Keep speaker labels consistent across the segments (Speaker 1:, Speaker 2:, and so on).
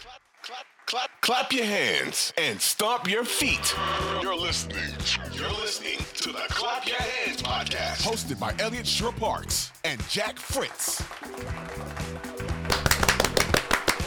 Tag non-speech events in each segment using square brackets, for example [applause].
Speaker 1: Clap, clap, clap, clap your hands and stomp your feet. You're listening. You're listening to the Clap Your Hands podcast, hosted by Elliot Shore Parks and Jack Fritz.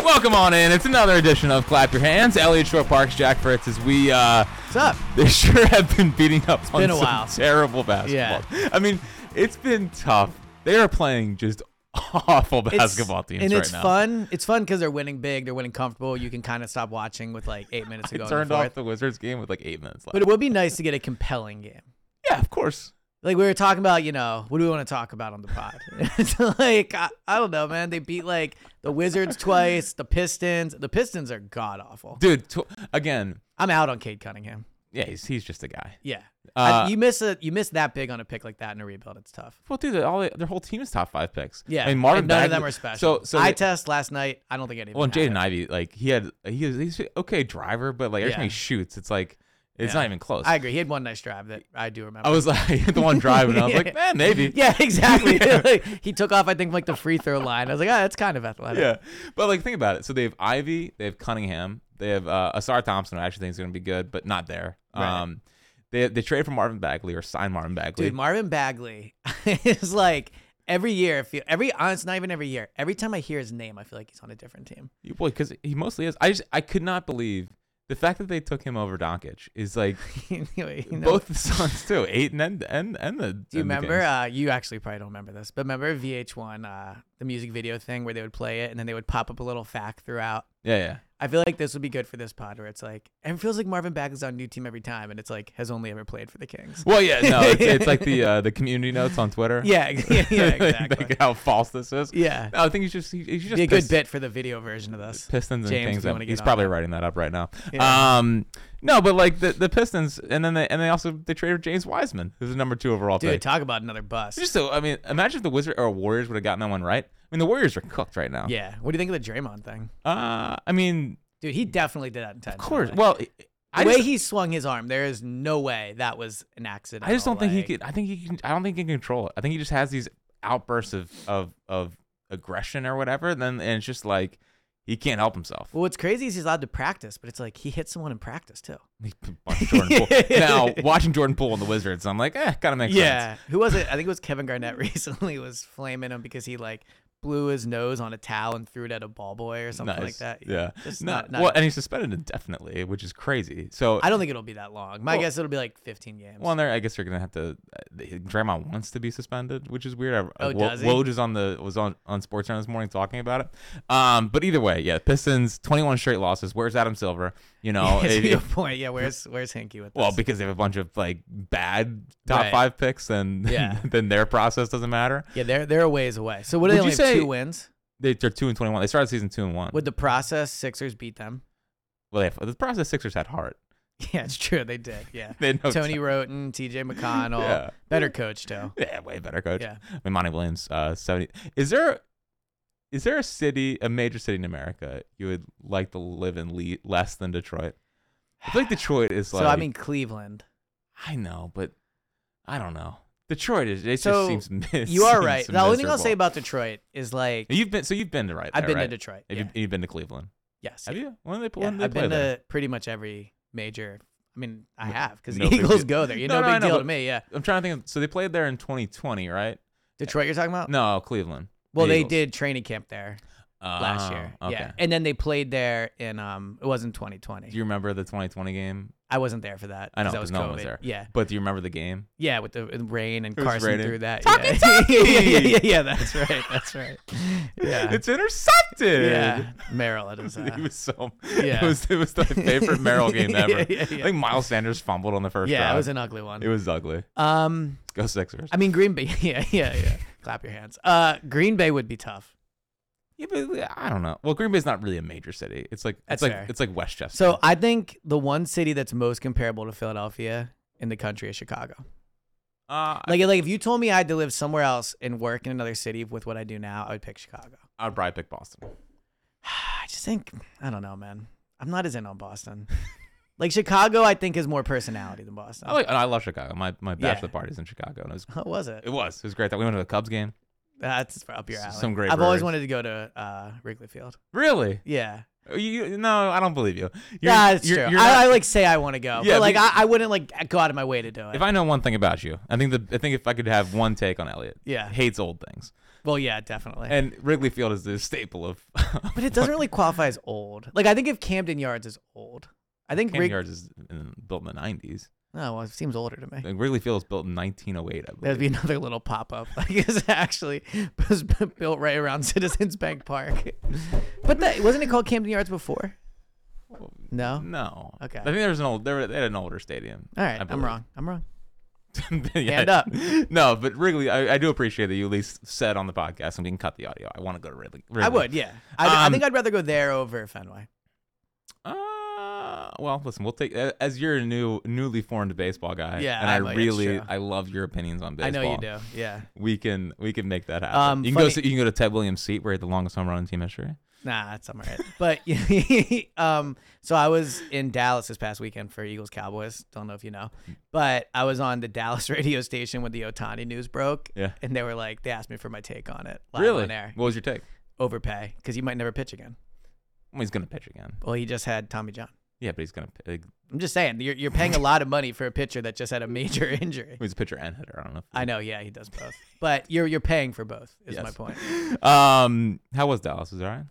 Speaker 2: Welcome on in. It's another edition of Clap Your Hands. Elliot Shore Parks, Jack Fritz, as we uh, [laughs]
Speaker 3: What's up?
Speaker 2: they sure have been beating up on
Speaker 3: been a
Speaker 2: some
Speaker 3: while.
Speaker 2: terrible basketball. I mean, it's been tough. They are playing just [laughs] awful basketball teams
Speaker 3: and
Speaker 2: right
Speaker 3: it's
Speaker 2: now.
Speaker 3: fun. It's fun because they're winning big. They're winning comfortable. You can kind of stop watching with like eight minutes
Speaker 2: I
Speaker 3: ago.
Speaker 2: turned off the Wizards game with like eight minutes left.
Speaker 3: but it would be nice to get a compelling game.
Speaker 2: yeah, of course.
Speaker 3: Like we were talking about, you know, what do we want to talk about on the pod? [laughs] it's like I, I don't know, man. They beat like the Wizards twice, the Pistons. The Pistons are god awful.
Speaker 2: Dude, tw- again,
Speaker 3: I'm out on Cade Cunningham.
Speaker 2: yeah, he's, he's just a guy.
Speaker 3: Yeah,
Speaker 2: Uh,
Speaker 3: I, you miss a you miss that big on a pick like that in a rebuild. It's tough.
Speaker 2: Well, dude, all their whole team is top five picks.
Speaker 3: Yeah,
Speaker 2: I mean, Marvin
Speaker 3: and none of
Speaker 2: Bagley-
Speaker 3: them are special.
Speaker 2: So, so
Speaker 3: I
Speaker 2: they-
Speaker 3: test last night. I don't think any. of
Speaker 2: Well, and
Speaker 3: them had
Speaker 2: Jaden
Speaker 3: it.
Speaker 2: Ivey, like he had, he was, he's a okay driver, but like every time
Speaker 3: Yeah.
Speaker 2: he shoots, it's like it's
Speaker 3: Yeah.
Speaker 2: not even close.
Speaker 3: I agree. He had one nice drive that I do remember.
Speaker 2: I was like [laughs] he hit the one drive, and I was like, man, maybe.
Speaker 3: [laughs] Yeah,
Speaker 2: [laughs]
Speaker 3: exactly. Like, [laughs] he took off, I think, from, like the free throw line. I was like, oh, that's kind of athletic.
Speaker 2: yeah. But like, think about it. So they have Ivy, they have Cunningham, they have uh, Asar Thompson. who I actually think is going to be good, but not there.
Speaker 3: Right.
Speaker 2: Um, they they trade for Marvin Bagley or sign Marvin Bagley.
Speaker 3: Dude, Marvin Bagley [laughs] is like every year. I feel every honest, not even every year. Every time I hear his name, I feel like he's on a different team. [laughs]
Speaker 2: You- boy, because he mostly is. I just I could not believe the fact that they took him over Doncic is like
Speaker 3: anyway, [laughs] you know.
Speaker 2: both the Suns too, eight and and and, and the.
Speaker 3: Do you
Speaker 2: and the
Speaker 3: remember?
Speaker 2: Kings.
Speaker 3: Uh, you actually probably don't remember this, but remember VH1, uh, the music video thing where they would play it and then they would pop up a little fact throughout.
Speaker 2: yeah, yeah.
Speaker 3: I feel like this would be good for this pod where it's like, it feels like Marvin Bagley's on a new team every time and it's like, has only ever played for the Kings.
Speaker 2: Well, yeah, no, it's, it's like
Speaker 3: [laughs]
Speaker 2: the uh, the community notes on Twitter. [laughs]
Speaker 3: Yeah, [laughs] yeah, exactly.
Speaker 2: like how false this is.
Speaker 3: Yeah.
Speaker 2: No, I think he's just he, he's just
Speaker 3: be a
Speaker 2: pissed-
Speaker 3: good bit for the video version of this.
Speaker 2: Pistons and
Speaker 3: James,
Speaker 2: things.
Speaker 3: you
Speaker 2: that-
Speaker 3: wanna get
Speaker 2: he's
Speaker 3: on
Speaker 2: probably
Speaker 3: that?
Speaker 2: writing that up right now.
Speaker 3: Yeah.
Speaker 2: Um, no, but like the, the Pistons, and then they and they also they traded James Wiseman, who's the number two overall
Speaker 3: Dude,
Speaker 2: pick.
Speaker 3: talk about another bust.
Speaker 2: just so I mean, imagine if the Wizard or Warriors would have gotten that one right. I mean, the Warriors are cooked right now.
Speaker 3: yeah. What do you think of the Draymond thing?
Speaker 2: Uh, I mean,
Speaker 3: Dude, he definitely did that intentionally.
Speaker 2: of course. Well,
Speaker 3: the
Speaker 2: I
Speaker 3: way
Speaker 2: just,
Speaker 3: he swung his arm, there is no way that was an accident.
Speaker 2: I just don't think he could. I think he can. I don't think he can control it. I think he just has these outbursts of of of aggression or whatever. And then and it's just like he can't help himself.
Speaker 3: Well, what's crazy is he's allowed to practice, but it's like he hit someone in practice too.
Speaker 2: He- watching Jordan
Speaker 3: [laughs]
Speaker 2: Poole. now watching Jordan Poole and the Wizards, I'm like, eh, kind of makes sense.
Speaker 3: Who was it? I think it was Kevin Garnett [laughs] recently was flaming him because he like blew his nose on a towel and threw it at a ball boy or something like
Speaker 2: Nice.
Speaker 3: that.
Speaker 2: Yeah.
Speaker 3: Just
Speaker 2: No,
Speaker 3: not, not
Speaker 2: well, and he's suspended indefinitely, which is crazy. So
Speaker 3: I don't think it'll be that long. My
Speaker 2: Well-
Speaker 3: guess it'll be like 15 games.
Speaker 2: well, there. I guess they're gonna have to. Uh, Draymond wants to be suspended, which is weird. I, uh,
Speaker 3: Oh,
Speaker 2: Wo-
Speaker 3: does he?
Speaker 2: Woj is on the was on on Sports this morning talking about it. Um, but either way, yeah, Pistons 21 straight losses. Where's Adam Silver? You
Speaker 3: [laughs]
Speaker 2: know,
Speaker 3: It's
Speaker 2: if-
Speaker 3: a
Speaker 2: if-
Speaker 3: good point. Yeah, where's where's Hinky with this?
Speaker 2: well, because they have a bunch of like bad top
Speaker 3: Right.
Speaker 2: five picks, and
Speaker 3: Yeah.
Speaker 2: [laughs] then their process doesn't matter.
Speaker 3: Yeah, they're they're a ways away. So what do
Speaker 2: Would
Speaker 3: they
Speaker 2: you
Speaker 3: only have
Speaker 2: say-
Speaker 3: two wins?
Speaker 2: They, they're two and 21. They started season two and one.
Speaker 3: Would the process Sixers beat them? [laughs]
Speaker 2: well, they have, the process Sixers had heart.
Speaker 3: Yeah, it's true. They did. Yeah.
Speaker 2: [laughs] They had no
Speaker 3: Tony Roten, TJ McConnell.
Speaker 2: Yeah.
Speaker 3: Better coach too.
Speaker 2: [laughs] Yeah, way better coach.
Speaker 3: Yeah.
Speaker 2: I mean, Monty Williams, uh, seventy. Is there, is there a city, a major city in America you would like to live in le- less than Detroit? I feel like Detroit is
Speaker 3: [sighs] So
Speaker 2: like.
Speaker 3: I mean Cleveland.
Speaker 2: I know, but I don't know. Detroit is. It
Speaker 3: So
Speaker 2: just seems. [laughs] It
Speaker 3: You are
Speaker 2: seems
Speaker 3: right. The only thing I'll
Speaker 2: miserable.
Speaker 3: say about Detroit is like
Speaker 2: You've been so you've been to right.
Speaker 3: I've
Speaker 2: there,
Speaker 3: been to
Speaker 2: right?
Speaker 3: Detroit,
Speaker 2: Have you,
Speaker 3: yeah.
Speaker 2: you've been to Cleveland.
Speaker 3: yes.
Speaker 2: Have
Speaker 3: yeah.
Speaker 2: you? When did they,
Speaker 3: Yeah,
Speaker 2: when did they
Speaker 3: I've
Speaker 2: play
Speaker 3: been
Speaker 2: there?
Speaker 3: to pretty much every major I mean, I have because
Speaker 2: no
Speaker 3: the [laughs]
Speaker 2: big
Speaker 3: Eagles
Speaker 2: deal.
Speaker 3: go there. You
Speaker 2: No,
Speaker 3: know,
Speaker 2: no, I
Speaker 3: big
Speaker 2: know,
Speaker 3: deal
Speaker 2: but-
Speaker 3: to me. Yeah,
Speaker 2: I'm trying to think. Of, so they played there in 2020, right?
Speaker 3: Detroit. You're talking about?
Speaker 2: No, Cleveland.
Speaker 3: Uh, Well,
Speaker 2: The
Speaker 3: they
Speaker 2: Eagles.
Speaker 3: did training camp there last
Speaker 2: Oh,
Speaker 3: year.
Speaker 2: Okay.
Speaker 3: Yeah, and then they played there in um, it wasn't 2020.
Speaker 2: Do you remember the 2020 game?
Speaker 3: I wasn't there for that.
Speaker 2: I know,
Speaker 3: 'cause that
Speaker 2: because
Speaker 3: was
Speaker 2: no one
Speaker 3: COVID.
Speaker 2: was there.
Speaker 3: Yeah,
Speaker 2: But do you remember the game?
Speaker 3: yeah, with the with rain and
Speaker 2: It was
Speaker 3: Carson
Speaker 2: raining.
Speaker 3: through that.
Speaker 2: Talkie
Speaker 3: yeah.
Speaker 2: talkie!
Speaker 3: [laughs] yeah, yeah, yeah, yeah, that's right. That's right. Yeah,
Speaker 2: It's intercepted.
Speaker 3: yeah. Merrill, it is.
Speaker 2: [laughs] It
Speaker 3: Uh,
Speaker 2: was so. It
Speaker 3: yeah.
Speaker 2: was it was the favorite Merrill game
Speaker 3: [laughs] Yeah,
Speaker 2: ever.
Speaker 3: yeah,
Speaker 2: I
Speaker 3: yeah.
Speaker 2: think Miles Sanders fumbled on the first.
Speaker 3: yeah,
Speaker 2: drive.
Speaker 3: it was an ugly one.
Speaker 2: It was ugly.
Speaker 3: um,
Speaker 2: Go Sixers.
Speaker 3: I mean Green Bay. [laughs] Yeah, yeah, yeah. Clap your hands. Uh, Green Bay would be tough.
Speaker 2: Yeah, but I don't know. Well, Green Bay's not really a major city. It's like it's
Speaker 3: That's
Speaker 2: like
Speaker 3: fair.
Speaker 2: it's like Westchester.
Speaker 3: So I think the one city that's most comparable to Philadelphia in the country is Chicago.
Speaker 2: uh,
Speaker 3: Like, like if you told me I had to live somewhere else and work in another city with what I do now, I would pick Chicago.
Speaker 2: I'd probably pick Boston.
Speaker 3: I just think I don't know, man. I'm not as in on Boston. like Chicago, I think is more personality than Boston.
Speaker 2: I like. I love Chicago. My my
Speaker 3: Yeah.
Speaker 2: bachelor party's in Chicago, and it was
Speaker 3: How was it?
Speaker 2: it was it was great that we went to the Cubs game.
Speaker 3: That's up your
Speaker 2: S-
Speaker 3: alley.
Speaker 2: some great
Speaker 3: I've always
Speaker 2: burgers.
Speaker 3: wanted to go to uh, Wrigley Field.
Speaker 2: Really?
Speaker 3: Yeah,
Speaker 2: You, you- no, I don't believe you. You're,
Speaker 3: yeah, it's
Speaker 2: you're-
Speaker 3: true.
Speaker 2: you're
Speaker 3: I, I
Speaker 2: not-
Speaker 3: like say I want to go,
Speaker 2: Yeah,
Speaker 3: but like
Speaker 2: but-
Speaker 3: I, I wouldn't like go out of my way to do it.
Speaker 2: if I know one thing about you, I think the I think if I could have one take on Elliot,
Speaker 3: Yeah.
Speaker 2: hates old things,
Speaker 3: well, yeah, definitely.
Speaker 2: and Wrigley Field is the staple of. [laughs]
Speaker 3: but it doesn't really qualify as old. Like I think if Camden Yards is old, I think
Speaker 2: Camden
Speaker 3: Wrig-
Speaker 2: Yards is in, built in the '90s.
Speaker 3: No, well, it seems older to me.
Speaker 2: Like, Wrigley Field was built in 1908. I
Speaker 3: That'd
Speaker 2: believe.
Speaker 3: be [laughs] another little pop up. Like it's actually [laughs] was built right around [laughs] Citizens Bank Park. But that wasn't it called Camden Yards before? No.
Speaker 2: no.
Speaker 3: Okay.
Speaker 2: I think there's an old. There, they had an older stadium.
Speaker 3: All
Speaker 2: I
Speaker 3: right, I'm
Speaker 2: believe. [laughs]
Speaker 3: wrong. I'm wrong.
Speaker 2: Stand
Speaker 3: up.
Speaker 2: No, but Wrigley, I, I do appreciate that you at least said on the podcast, and we can cut the audio. I want to go to Wrigley.
Speaker 3: I
Speaker 2: Wrigley.
Speaker 3: would, yeah. I, I
Speaker 2: Um,
Speaker 3: think I'd rather go there over Fenway.
Speaker 2: Uh, well, listen, we'll take a- as you're a new, newly formed baseball guy.
Speaker 3: Yeah,
Speaker 2: and
Speaker 3: I
Speaker 2: I,
Speaker 3: know, it's
Speaker 2: really,
Speaker 3: true.
Speaker 2: I love your opinions on
Speaker 3: I
Speaker 2: baseball.
Speaker 3: know you do. Yeah.
Speaker 2: We can, we can make that happen.
Speaker 3: Um,
Speaker 2: you can go,
Speaker 3: funny-
Speaker 2: see- you can go to Ted Williams' seat where he had the longest home run in team history.
Speaker 3: Nah, that's all right. But [laughs] um, so I was in Dallas this past weekend for Eagles Cowboys. Don't know if you know, but I was on the Dallas [laughs] radio station when the Otani news broke.
Speaker 2: Yeah.
Speaker 3: And they were like, they asked me for my take on it. Live
Speaker 2: really?
Speaker 3: On air.
Speaker 2: What was your take?
Speaker 3: Overpay because he might never pitch again.
Speaker 2: Well, he's gonna pitch again.
Speaker 3: Well, he just had Tommy John.
Speaker 2: Yeah, but he's gonna. uh, Like,
Speaker 3: I'm just saying, you're, you're paying a lot of money for a pitcher that just had a major [laughs] injury.
Speaker 2: he's a pitcher and hitter. I don't know.
Speaker 3: I know, yeah, he does both, but you're you're paying for both. Is my
Speaker 2: Yes.
Speaker 3: point.
Speaker 2: If, um, how was Dallas? Was it alright?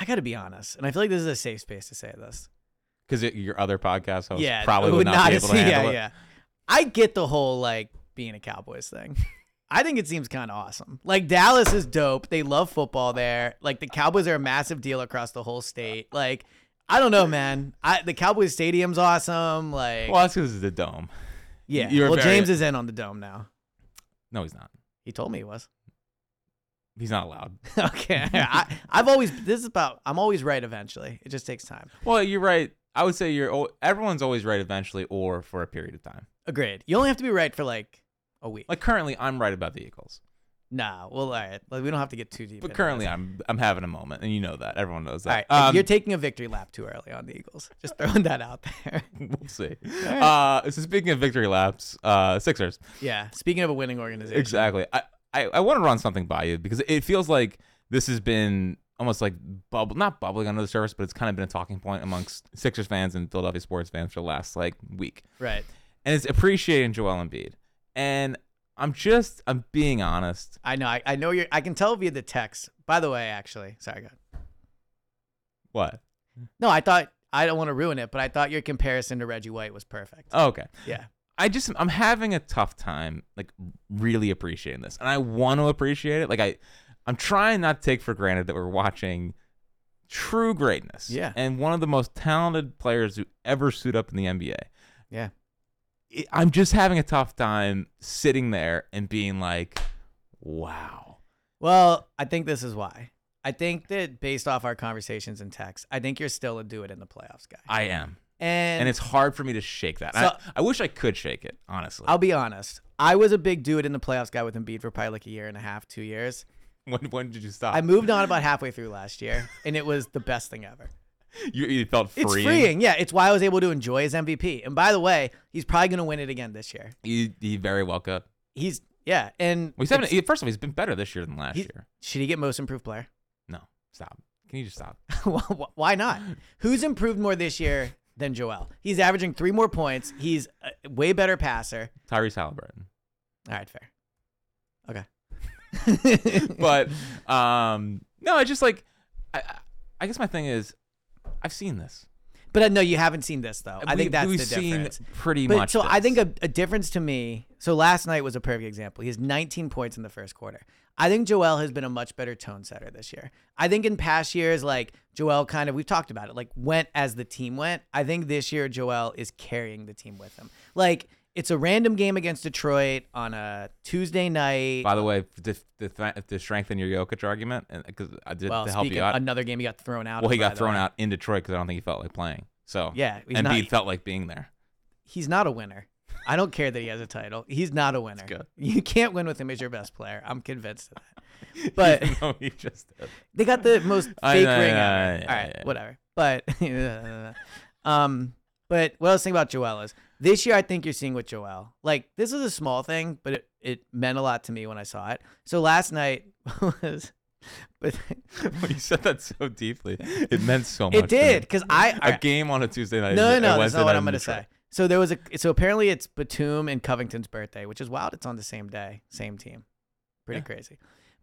Speaker 3: I got to be honest, and I feel like this is a safe space to say this.
Speaker 2: Because your other podcast host
Speaker 3: yeah,
Speaker 2: Oh, probably
Speaker 3: it
Speaker 2: would not be
Speaker 3: have
Speaker 2: able to
Speaker 3: seen-
Speaker 2: handle
Speaker 3: yeah,
Speaker 2: it.
Speaker 3: yeah. I get the whole like being a Cowboys thing. [laughs] I think it seems kind of awesome. Like Dallas is dope. They love football there. Like the Cowboys are a massive deal across the whole state. Like I don't know, man. I the Cowboys stadium's awesome. Like
Speaker 2: Well, that's because it's the dome.
Speaker 3: yeah.
Speaker 2: you're
Speaker 3: Well,
Speaker 2: very-
Speaker 3: James is in on the dome now.
Speaker 2: No, he's not.
Speaker 3: He told me
Speaker 2: [laughs]
Speaker 3: he was.
Speaker 2: He's not allowed.
Speaker 3: okay.
Speaker 2: [laughs]
Speaker 3: I, I've always this is about I'm always right eventually. It just takes time.
Speaker 2: Well, you're right. I would say you're. al- Everyone's always right eventually, or for a period of time.
Speaker 3: Agreed. You only have to be right for like a week.
Speaker 2: Like currently, I'm right about the Eagles,
Speaker 3: nah. Well, all right. Like, we don't have to get too deep.
Speaker 2: but
Speaker 3: into
Speaker 2: currently,
Speaker 3: this.
Speaker 2: I'm I'm having a moment, and you know that. Everyone knows
Speaker 3: all right.
Speaker 2: that.
Speaker 3: and
Speaker 2: Um,
Speaker 3: you're taking a victory lap too early on the Eagles. Just throwing that out there. [laughs]
Speaker 2: [laughs] we'll see. Uh, so speaking of victory laps, uh, Sixers.
Speaker 3: yeah. Speaking of a winning organization.
Speaker 2: Exactly. I I, I want to run something by you because it feels like this has been almost like bubble, not bubbling under the surface, but it's kind of been a talking point amongst Sixers fans and Philadelphia sports fans for the last like week.
Speaker 3: Right.
Speaker 2: and it's appreciating Joel Embiid. And I'm just, I'm being honest.
Speaker 3: I know. I, I know you're. I can tell via the text. By the way, actually, sorry, God.
Speaker 2: What?
Speaker 3: No, I thought I don't want to ruin it, but I thought your comparison to Reggie White was perfect.
Speaker 2: Oh, okay.
Speaker 3: Yeah.
Speaker 2: I just, I'm having a tough time, like really appreciating this, and I want to appreciate it. Like I, I'm trying not to take for granted that we're watching true greatness.
Speaker 3: Yeah.
Speaker 2: And one of the most talented players who ever suit up in the NBA.
Speaker 3: Yeah.
Speaker 2: I- I'm just having a tough time sitting there and being like, wow.
Speaker 3: Well, I think this is why. I think that based off our conversations and text, I think you're still a do it in the playoffs guy.
Speaker 2: I am.
Speaker 3: And,
Speaker 2: and it's hard for me to shake that. I,
Speaker 3: So-
Speaker 2: I wish I could shake it, honestly.
Speaker 3: I'll be honest. I was a big do it in the playoffs guy with Embiid for probably like a year and a half, two years.
Speaker 2: [laughs] when, when did you stop?
Speaker 3: I moved on about halfway through last
Speaker 2: [laughs]
Speaker 3: year, and it was the best thing ever.
Speaker 2: You, you felt free.
Speaker 3: It's freeing. Yeah, it's why I was able to enjoy his MVP. And by the way, he's probably going to win it again this year.
Speaker 2: You, you very well could.
Speaker 3: He's, yeah. And
Speaker 2: Well, he's having, e- he- first of all, he's been better this year than last
Speaker 3: He-
Speaker 2: year.
Speaker 3: should he get most improved player? [laughs]
Speaker 2: No, stop. Can you just stop?
Speaker 3: Wh- Why not? Who's improved more this year than Joel? He's averaging three more points. He's a way better passer.
Speaker 2: Tyrese Halliburton.
Speaker 3: All right, fair. Okay.
Speaker 2: But um, no, it's just like, I, I- I guess my thing is, I've seen this.
Speaker 3: [laughs] But uh, no, you haven't seen this though. I
Speaker 2: We-
Speaker 3: think that's
Speaker 2: we've
Speaker 3: the
Speaker 2: seen
Speaker 3: difference.
Speaker 2: pretty
Speaker 3: But-
Speaker 2: much
Speaker 3: So I
Speaker 2: this.
Speaker 3: think a, a difference to me. So last night was a perfect example. He has 19 points in the first quarter. I think Joel has been a much better tone setter this year. I think in past years, like Joel kind of, we've talked about it, like went as the team went. I think this year Joel is carrying the team with him. Like it's a random game against Detroit on a Tuesday night.
Speaker 2: By the way, to, to, th- to strengthen your Jokic argument, and because I did
Speaker 3: well,
Speaker 2: to help
Speaker 3: speaking
Speaker 2: you
Speaker 3: of
Speaker 2: out.
Speaker 3: another game, he got thrown out.
Speaker 2: well, he
Speaker 3: of, by
Speaker 2: got
Speaker 3: the
Speaker 2: thrown
Speaker 3: way.
Speaker 2: out in Detroit because I don't think he felt like playing. So
Speaker 3: Yeah, he's
Speaker 2: Embiid
Speaker 3: not-
Speaker 2: felt like being
Speaker 3: [laughs]
Speaker 2: there. [laughs]
Speaker 3: he's not a winner. I don't care that he has a title. He's not a winner.
Speaker 2: good.
Speaker 3: [laughs] You can't win with him as your best player. I'm convinced of that. [laughs] But
Speaker 2: [laughs] no, he just did.
Speaker 3: they got the most
Speaker 2: I
Speaker 3: fake
Speaker 2: know,
Speaker 3: ring.
Speaker 2: yeah,
Speaker 3: ever.
Speaker 2: yeah,
Speaker 3: All right,
Speaker 2: yeah.
Speaker 3: whatever. But [laughs] um, but what I was thinking about Joel is this year. I think you're seeing with Joel. Like this is a small thing, but it, it meant a lot to me when I saw it. So last night [laughs] was, but
Speaker 2: Well, you said that so deeply. It meant so much. to
Speaker 3: it
Speaker 2: me.
Speaker 3: did because I all
Speaker 2: A
Speaker 3: right.
Speaker 2: game on a Tuesday night.
Speaker 3: No,
Speaker 2: and a
Speaker 3: no, no. That's
Speaker 2: Wednesday
Speaker 3: not
Speaker 2: night
Speaker 3: what
Speaker 2: in
Speaker 3: I'm gonna
Speaker 2: Detroit.
Speaker 3: say. So there was a. So apparently it's Batum and Covington's birthday, which is wild. It's on the same day, same team. Pretty crazy.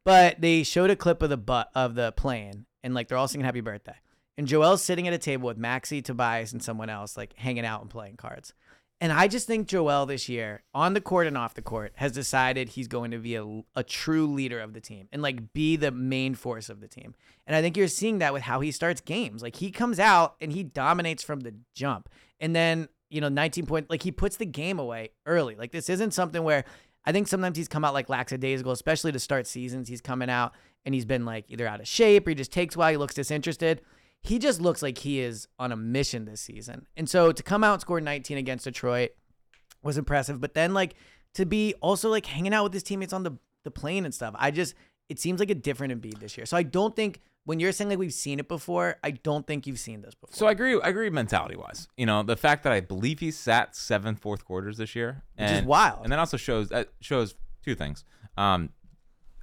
Speaker 3: But they showed a clip of the butt of the plane, and like they're all singing "Happy Birthday." And Joel's sitting at a table with Maxi, Tobias, and someone else, like hanging out and playing cards. And I just think Joel this year, on the court and off the court, has decided he's going to be a, a true leader of the team and like be the main force of the team. And I think you're seeing that with how he starts games. Like he comes out and he dominates from the jump. And then, you know, 19 point, like he puts the game away early. Like this isn't something where I think sometimes he's come out like lackadaisical, especially to start seasons. He's coming out and he's been like either out of shape or he just takes a while, he looks disinterested he just looks like he is on a mission this season. And so to come out and score 19 against Detroit was impressive. But then like to be also like hanging out with his teammates on the, the plane and stuff, I just it seems like a different Embiid this year. So I don't think when you're saying like we've seen it before, I don't think you've seen this before.
Speaker 2: So I agree. I agree. Mentality wise, you know, the fact that I believe he sat seven fourth quarters this year,
Speaker 3: Which is
Speaker 2: and-
Speaker 3: wild.
Speaker 2: and that also shows that shows two things: um,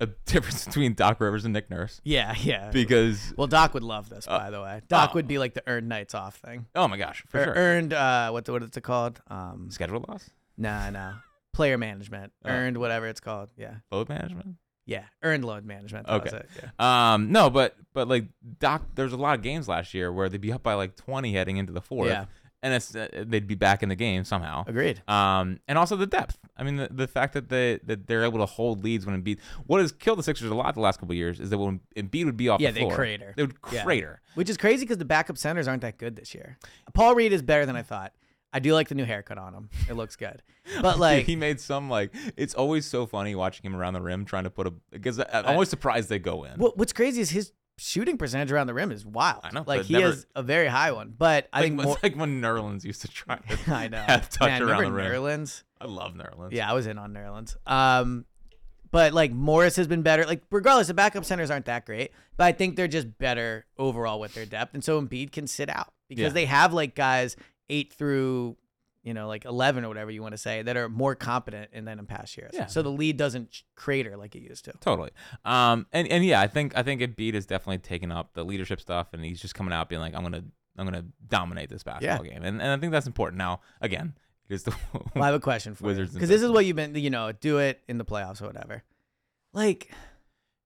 Speaker 2: a [laughs] difference between Doc Rivers and Nick Nurse,
Speaker 3: yeah, yeah.
Speaker 2: because
Speaker 3: well, Doc would love this, by the way. Doc would be like the earned nights off thing.
Speaker 2: oh my gosh, for
Speaker 3: Or
Speaker 2: sure,
Speaker 3: earned uh what what is it called? Um
Speaker 2: schedule loss,
Speaker 3: nah, nah. Player management.
Speaker 2: Oh.
Speaker 3: Earned whatever it's called. Yeah.
Speaker 2: load management.
Speaker 3: Yeah. Earned load management. That was
Speaker 2: Okay.
Speaker 3: it. Yeah.
Speaker 2: Um, no, but but like Doc, there's a lot of games last year where they'd be up by like 20 heading into the fourth,
Speaker 3: Yeah.
Speaker 2: and it's uh, they'd be back in the game somehow.
Speaker 3: Agreed.
Speaker 2: Um, and also the depth. I mean, the, the fact that they that they're able to hold leads when Embiid. What has killed the Sixers a lot the last couple of years is that when Embiid would be off
Speaker 3: Yeah,
Speaker 2: the
Speaker 3: they
Speaker 2: floor,
Speaker 3: crater.
Speaker 2: They would
Speaker 3: Yeah.
Speaker 2: crater. [laughs]
Speaker 3: Which is crazy because the backup centers aren't that good this year. Paul Reed is better than I thought. I do like the new haircut on him. It looks
Speaker 2: [laughs]
Speaker 3: good. But like,
Speaker 2: he made some like it's always so funny watching him around the rim trying to put a because I- I'm always surprised they go in.
Speaker 3: what, what's crazy is his shooting percentage around the rim is wild.
Speaker 2: I know,
Speaker 3: Like
Speaker 2: but
Speaker 3: he
Speaker 2: never-
Speaker 3: has a very high one. But I
Speaker 2: Like, [laughs]
Speaker 3: think
Speaker 2: it's
Speaker 3: more.
Speaker 2: like when Nerlens used to
Speaker 3: [laughs]
Speaker 2: try to
Speaker 3: I know.
Speaker 2: have touch
Speaker 3: Man,
Speaker 2: around
Speaker 3: remember
Speaker 2: the rim.
Speaker 3: Nerlens?
Speaker 2: I love Nerlens.
Speaker 3: Yeah, I was in on Nerlens. Um, but like Morris has been better. Like regardless, the backup centers aren't that great, but I think they're just better overall with their depth, and so Embiid can sit out because
Speaker 2: Yeah.
Speaker 3: they have like guys eight through, you know, like eleven or whatever you want to say that are more competent and then in past years.
Speaker 2: Yeah.
Speaker 3: So the lead doesn't crater like
Speaker 2: [laughs]
Speaker 3: it used to.
Speaker 2: Totally. Um and, and yeah, I think I think Embiid has definitely taken up the leadership stuff and he's just coming out being like, I'm gonna I'm gonna dominate this basketball game. And and I think that's important. Now, again, here's the
Speaker 3: Well, I have a question for
Speaker 2: Wizards and
Speaker 3: you because this is what you've been, you know, do it in the playoffs or whatever. Like,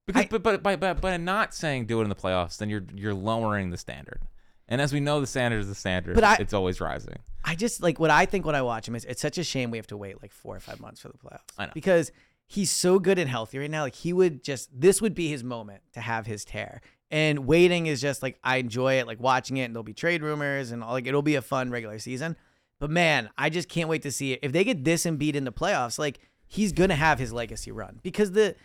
Speaker 2: because
Speaker 3: I-
Speaker 2: but, but but but but not saying do it in the playoffs, then you're you're lowering the standard. And as we know the standard is the standard.
Speaker 3: But I-
Speaker 2: it's always rising.
Speaker 3: I just like what I think when I watch him is it's such a shame we have to wait like four or five months for the playoffs.
Speaker 2: I know.
Speaker 3: Because he's so good and healthy right now. Like he would just this would be his moment to have his tear. And waiting is just like I enjoy it, like watching it, and there'll be trade rumors and all like it'll be a fun regular season. But man, I just can't wait to see it. If they get this and beat in the playoffs, like he's gonna have his legacy run because the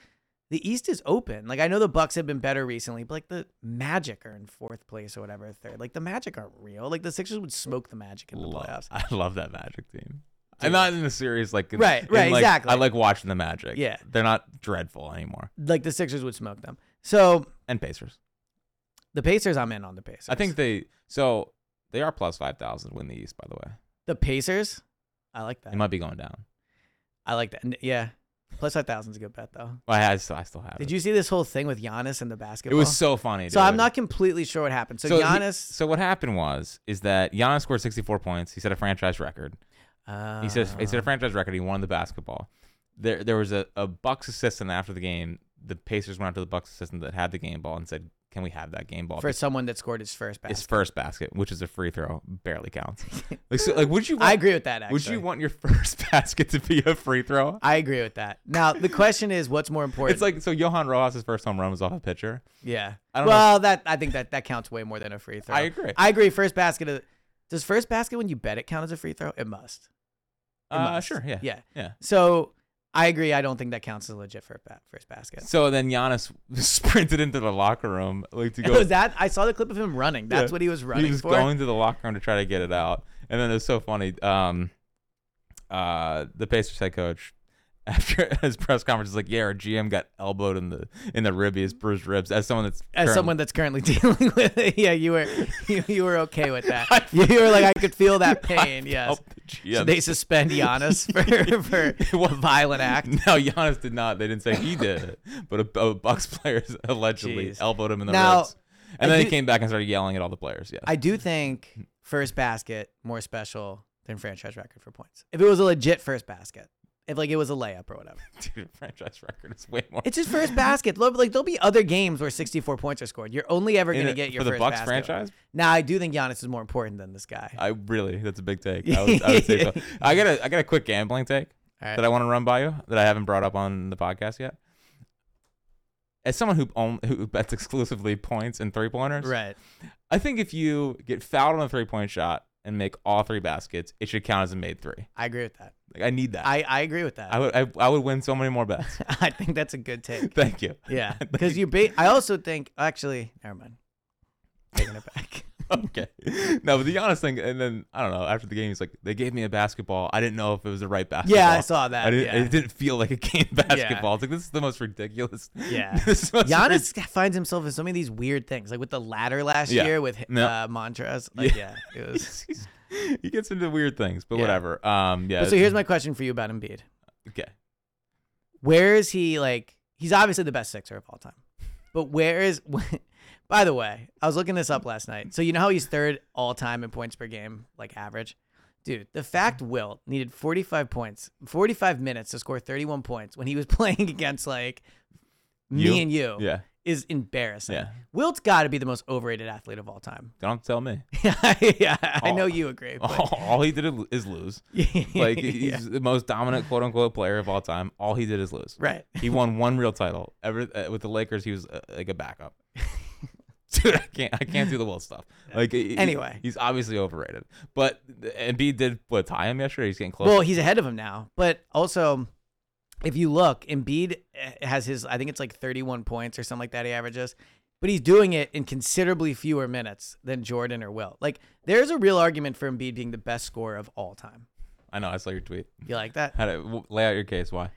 Speaker 3: the East is open. Like I know the Bucks have been better recently, but like the Magic are in fourth place or whatever, third. Like the Magic aren't real. Like the Sixers would smoke the Magic in the
Speaker 2: Love-
Speaker 3: playoffs.
Speaker 2: I love that Magic team. I'm not in the series like in-
Speaker 3: Right,
Speaker 2: in,
Speaker 3: right,
Speaker 2: like,
Speaker 3: exactly.
Speaker 2: I like watching the Magic.
Speaker 3: Yeah.
Speaker 2: They're not dreadful anymore.
Speaker 3: Like the Sixers would smoke them. So
Speaker 2: And Pacers.
Speaker 3: the Pacers, I'm in on the Pacers.
Speaker 2: I think they so they are plus five thousand win the East, by the way.
Speaker 3: the Pacers. I like
Speaker 2: It
Speaker 3: that.
Speaker 2: might be going down.
Speaker 3: I like that. N- Yeah, plus five thousand's a good bet though.
Speaker 2: Well, I, I still, I still have
Speaker 3: Did
Speaker 2: it.
Speaker 3: you see this whole thing with Giannis and the basketball?
Speaker 2: It was so funny.
Speaker 3: So I'm
Speaker 2: dude.
Speaker 3: not completely sure what happened. So,
Speaker 2: he-
Speaker 3: Giannis.
Speaker 2: so what happened was is that Giannis scored 64 points. He set a franchise record. He says he set
Speaker 3: Ah.
Speaker 2: a franchise record. He won the basketball. There there was a, a Bucks assistant after the game. The Pacers went out to the Bucks assistant that had the game ball and said, can we have that game ball?
Speaker 3: for someone that scored his first
Speaker 2: It's
Speaker 3: basket.
Speaker 2: first basket, which is a free throw, barely
Speaker 3: [laughs]
Speaker 2: counts. like, so, like, would you? Want,
Speaker 3: I agree with that. Actually.
Speaker 2: Would you want your [laughs] first basket to be a free throw?
Speaker 3: I agree with that. Now the question is, what's more important?
Speaker 2: [laughs] It's like so. Johan Rojas' first home run was off a pitcher.
Speaker 3: yeah.
Speaker 2: I don't know
Speaker 3: well, that I think that that counts way more than a free throw.
Speaker 2: I agree.
Speaker 3: I agree. First basket. Of, does first basket when you bet it count as a free throw? It must. It
Speaker 2: Uh,
Speaker 3: must.
Speaker 2: sure, yeah,
Speaker 3: Yeah.
Speaker 2: yeah.
Speaker 3: So I agree. I don't think that counts as a legit first, ba-
Speaker 2: [laughs]
Speaker 3: first basket.
Speaker 2: So then Giannis sprinted into the locker room like
Speaker 3: [laughs]
Speaker 2: to go.
Speaker 3: was that I saw the clip of him running. That's
Speaker 2: Yeah.
Speaker 3: what he was running
Speaker 2: He was
Speaker 3: for.
Speaker 2: going to the locker room to try to get it out, and then it was so funny. Um, uh, the Pacers head coach [laughs] after his press conference is like, "Yeah, our GM got elbowed in the in the rib. He has bruised ribs." As someone that's
Speaker 3: as
Speaker 2: current-
Speaker 3: someone that's currently [laughs] dealing with it, yeah, you were you, you were okay with
Speaker 2: [laughs]
Speaker 3: that. you, you were like, I could feel that pain. Yes.
Speaker 2: felt the
Speaker 3: So
Speaker 2: GM.
Speaker 3: they suspend Giannis
Speaker 2: [laughs]
Speaker 3: for for a violent act.
Speaker 2: No, Giannis did not. They didn't say he did it, but a, a Bucks player [laughs] allegedly
Speaker 3: Jeez.
Speaker 2: elbowed him in the
Speaker 3: Now,
Speaker 2: ribs, and
Speaker 3: I
Speaker 2: then he
Speaker 3: do-
Speaker 2: came back and started yelling at all the players. Yeah,
Speaker 3: I do think first basket more special than franchise record for points. If it was a legit first basket, if like it was a layup or whatever,
Speaker 2: [laughs] Dude, franchise record is way more.
Speaker 3: it's just first basket. Look, Like there'll be other games where 64 points are scored. You're only ever
Speaker 2: In
Speaker 3: gonna
Speaker 2: it-
Speaker 3: get your
Speaker 2: for the
Speaker 3: first
Speaker 2: Bucks
Speaker 3: basket.
Speaker 2: franchise?
Speaker 3: Now I do think Giannis is more important than this guy.
Speaker 2: I really, that's a big take. I, would, I would say so.
Speaker 3: [laughs]
Speaker 2: I got a, I got a quick gambling take
Speaker 3: All right.
Speaker 2: that I want to run by you that I haven't brought up on the podcast yet. As someone who own, who bets exclusively points and three pointers,
Speaker 3: right.
Speaker 2: I think if you get fouled on a three point shot and make all three baskets, it should count as a made three.
Speaker 3: I agree with that.
Speaker 2: Like I need that.
Speaker 3: I, I agree with [laughs] that.
Speaker 2: I would I, I would win so many more
Speaker 3: [laughs]
Speaker 2: bets.
Speaker 3: I think that's a
Speaker 2: [laughs]
Speaker 3: good take.
Speaker 2: Thank you.
Speaker 3: Yeah, because you. Ba- I also think actually,
Speaker 2: [laughs]
Speaker 3: never mind. Taking it back.
Speaker 2: okay. No, but the honest thing, and then I don't know. After the game, he's like, "They gave me a basketball. I didn't know if it was the right basketball.
Speaker 3: Yeah, I saw that,
Speaker 2: I didn't,
Speaker 3: yeah.
Speaker 2: It didn't feel like a game
Speaker 3: [laughs]
Speaker 2: basketball. It's like this is the most ridiculous. [laughs]
Speaker 3: Yeah.
Speaker 2: this is the most rid-
Speaker 3: Giannis [laughs] finds himself in so many of these weird things, like with the ladder last
Speaker 2: Yeah.
Speaker 3: year with uh,
Speaker 2: No.
Speaker 3: Montrez. Like, yeah. it
Speaker 2: [laughs]
Speaker 3: was.
Speaker 2: He's- he gets into weird things, but
Speaker 3: Yeah.
Speaker 2: whatever. Um, yeah.
Speaker 3: But so here's my question for you about Embiid.
Speaker 2: okay.
Speaker 3: Where is he? Like, he's obviously the best sixer of all time, but where is? [laughs] By the way, I was looking this up last night. So you know how he's third all time in points per game, like average. Dude, the fact
Speaker 2: Mm-hmm.
Speaker 3: Wilt needed 45 points, 45 minutes to score 31 points when he was [laughs] playing against like me
Speaker 2: You?
Speaker 3: and you
Speaker 2: Yeah.
Speaker 3: is embarrassing.
Speaker 2: Yeah.
Speaker 3: Wilt's got to be the most overrated athlete of all time. [laughs]
Speaker 2: Don't tell me.
Speaker 3: yeah, I know
Speaker 2: Oh.
Speaker 3: you agree. But [laughs]
Speaker 2: All, [laughs] all he did is lose. Like he's the most dominant quote unquote player of all time. All he did is lose.
Speaker 3: right.
Speaker 2: He won one real title. Ever uh, with the Lakers, he was uh, like a
Speaker 3: [laughs]
Speaker 2: backup. Dude, I can't, I can't do the Wilt stuff. Like he-
Speaker 3: Anyway.
Speaker 2: he's obviously overrated. But Embiid did what tie him yesterday. He's getting close.
Speaker 3: Well, he's ahead of him now. But also, if you look, Embiid eh, has his, I think it's like 31 points or something like that he averages. But he's doing it in considerably fewer minutes than Jordan or Will. Like, there's a real argument for Embiid being the best scorer of all time.
Speaker 2: I know. I saw your tweet. [laughs]
Speaker 3: You like that?
Speaker 2: How to w- lay out your case? Why?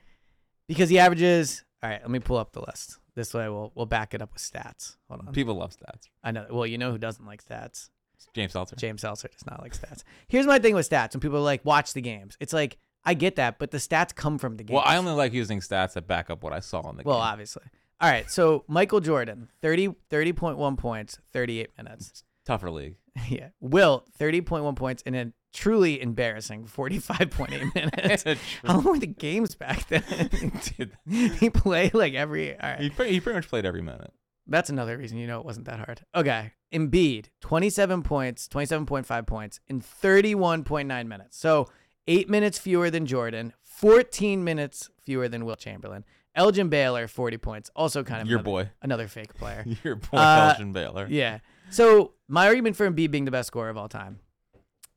Speaker 3: Because he averages. All right, let me pull up the list. This way, we'll we'll back it up with stats. Hold on.
Speaker 2: People love stats.
Speaker 3: I know. Well, you know who doesn't like stats?
Speaker 2: James Salter.
Speaker 3: James Seltzer does not like stats. Here's my thing with stats. When people are like, watch the games, it's like I get that, but the stats come from the game.
Speaker 2: Well, I only like using stats that back up what I saw in the
Speaker 3: Well,
Speaker 2: game.
Speaker 3: obviously. All right. So Michael Jordan, 30, 30.1 points, 38 minutes. [laughs]
Speaker 2: Tougher league.
Speaker 3: yeah. Wilt, 30.1 points in a truly
Speaker 2: [laughs]
Speaker 3: embarrassing 45.8 minutes. How long were the games back then?
Speaker 2: Dude,
Speaker 3: [laughs] he played like every. All
Speaker 2: he,
Speaker 3: right.
Speaker 2: pretty, he pretty much played every minute.
Speaker 3: That's another reason you know it wasn't that hard. Okay. Embiid, 27 points, 27.5 points in 31.9 minutes. So eight minutes fewer than Jordan, 14 minutes fewer than Will Chamberlain. Elgin Baylor, 40 points. Also kind of
Speaker 2: Your
Speaker 3: another-
Speaker 2: boy.
Speaker 3: Another fake player.
Speaker 2: [laughs] Your boy
Speaker 3: Uh,
Speaker 2: Elgin Baylor.
Speaker 3: Yeah. So my argument for Embiid being the best scorer of all time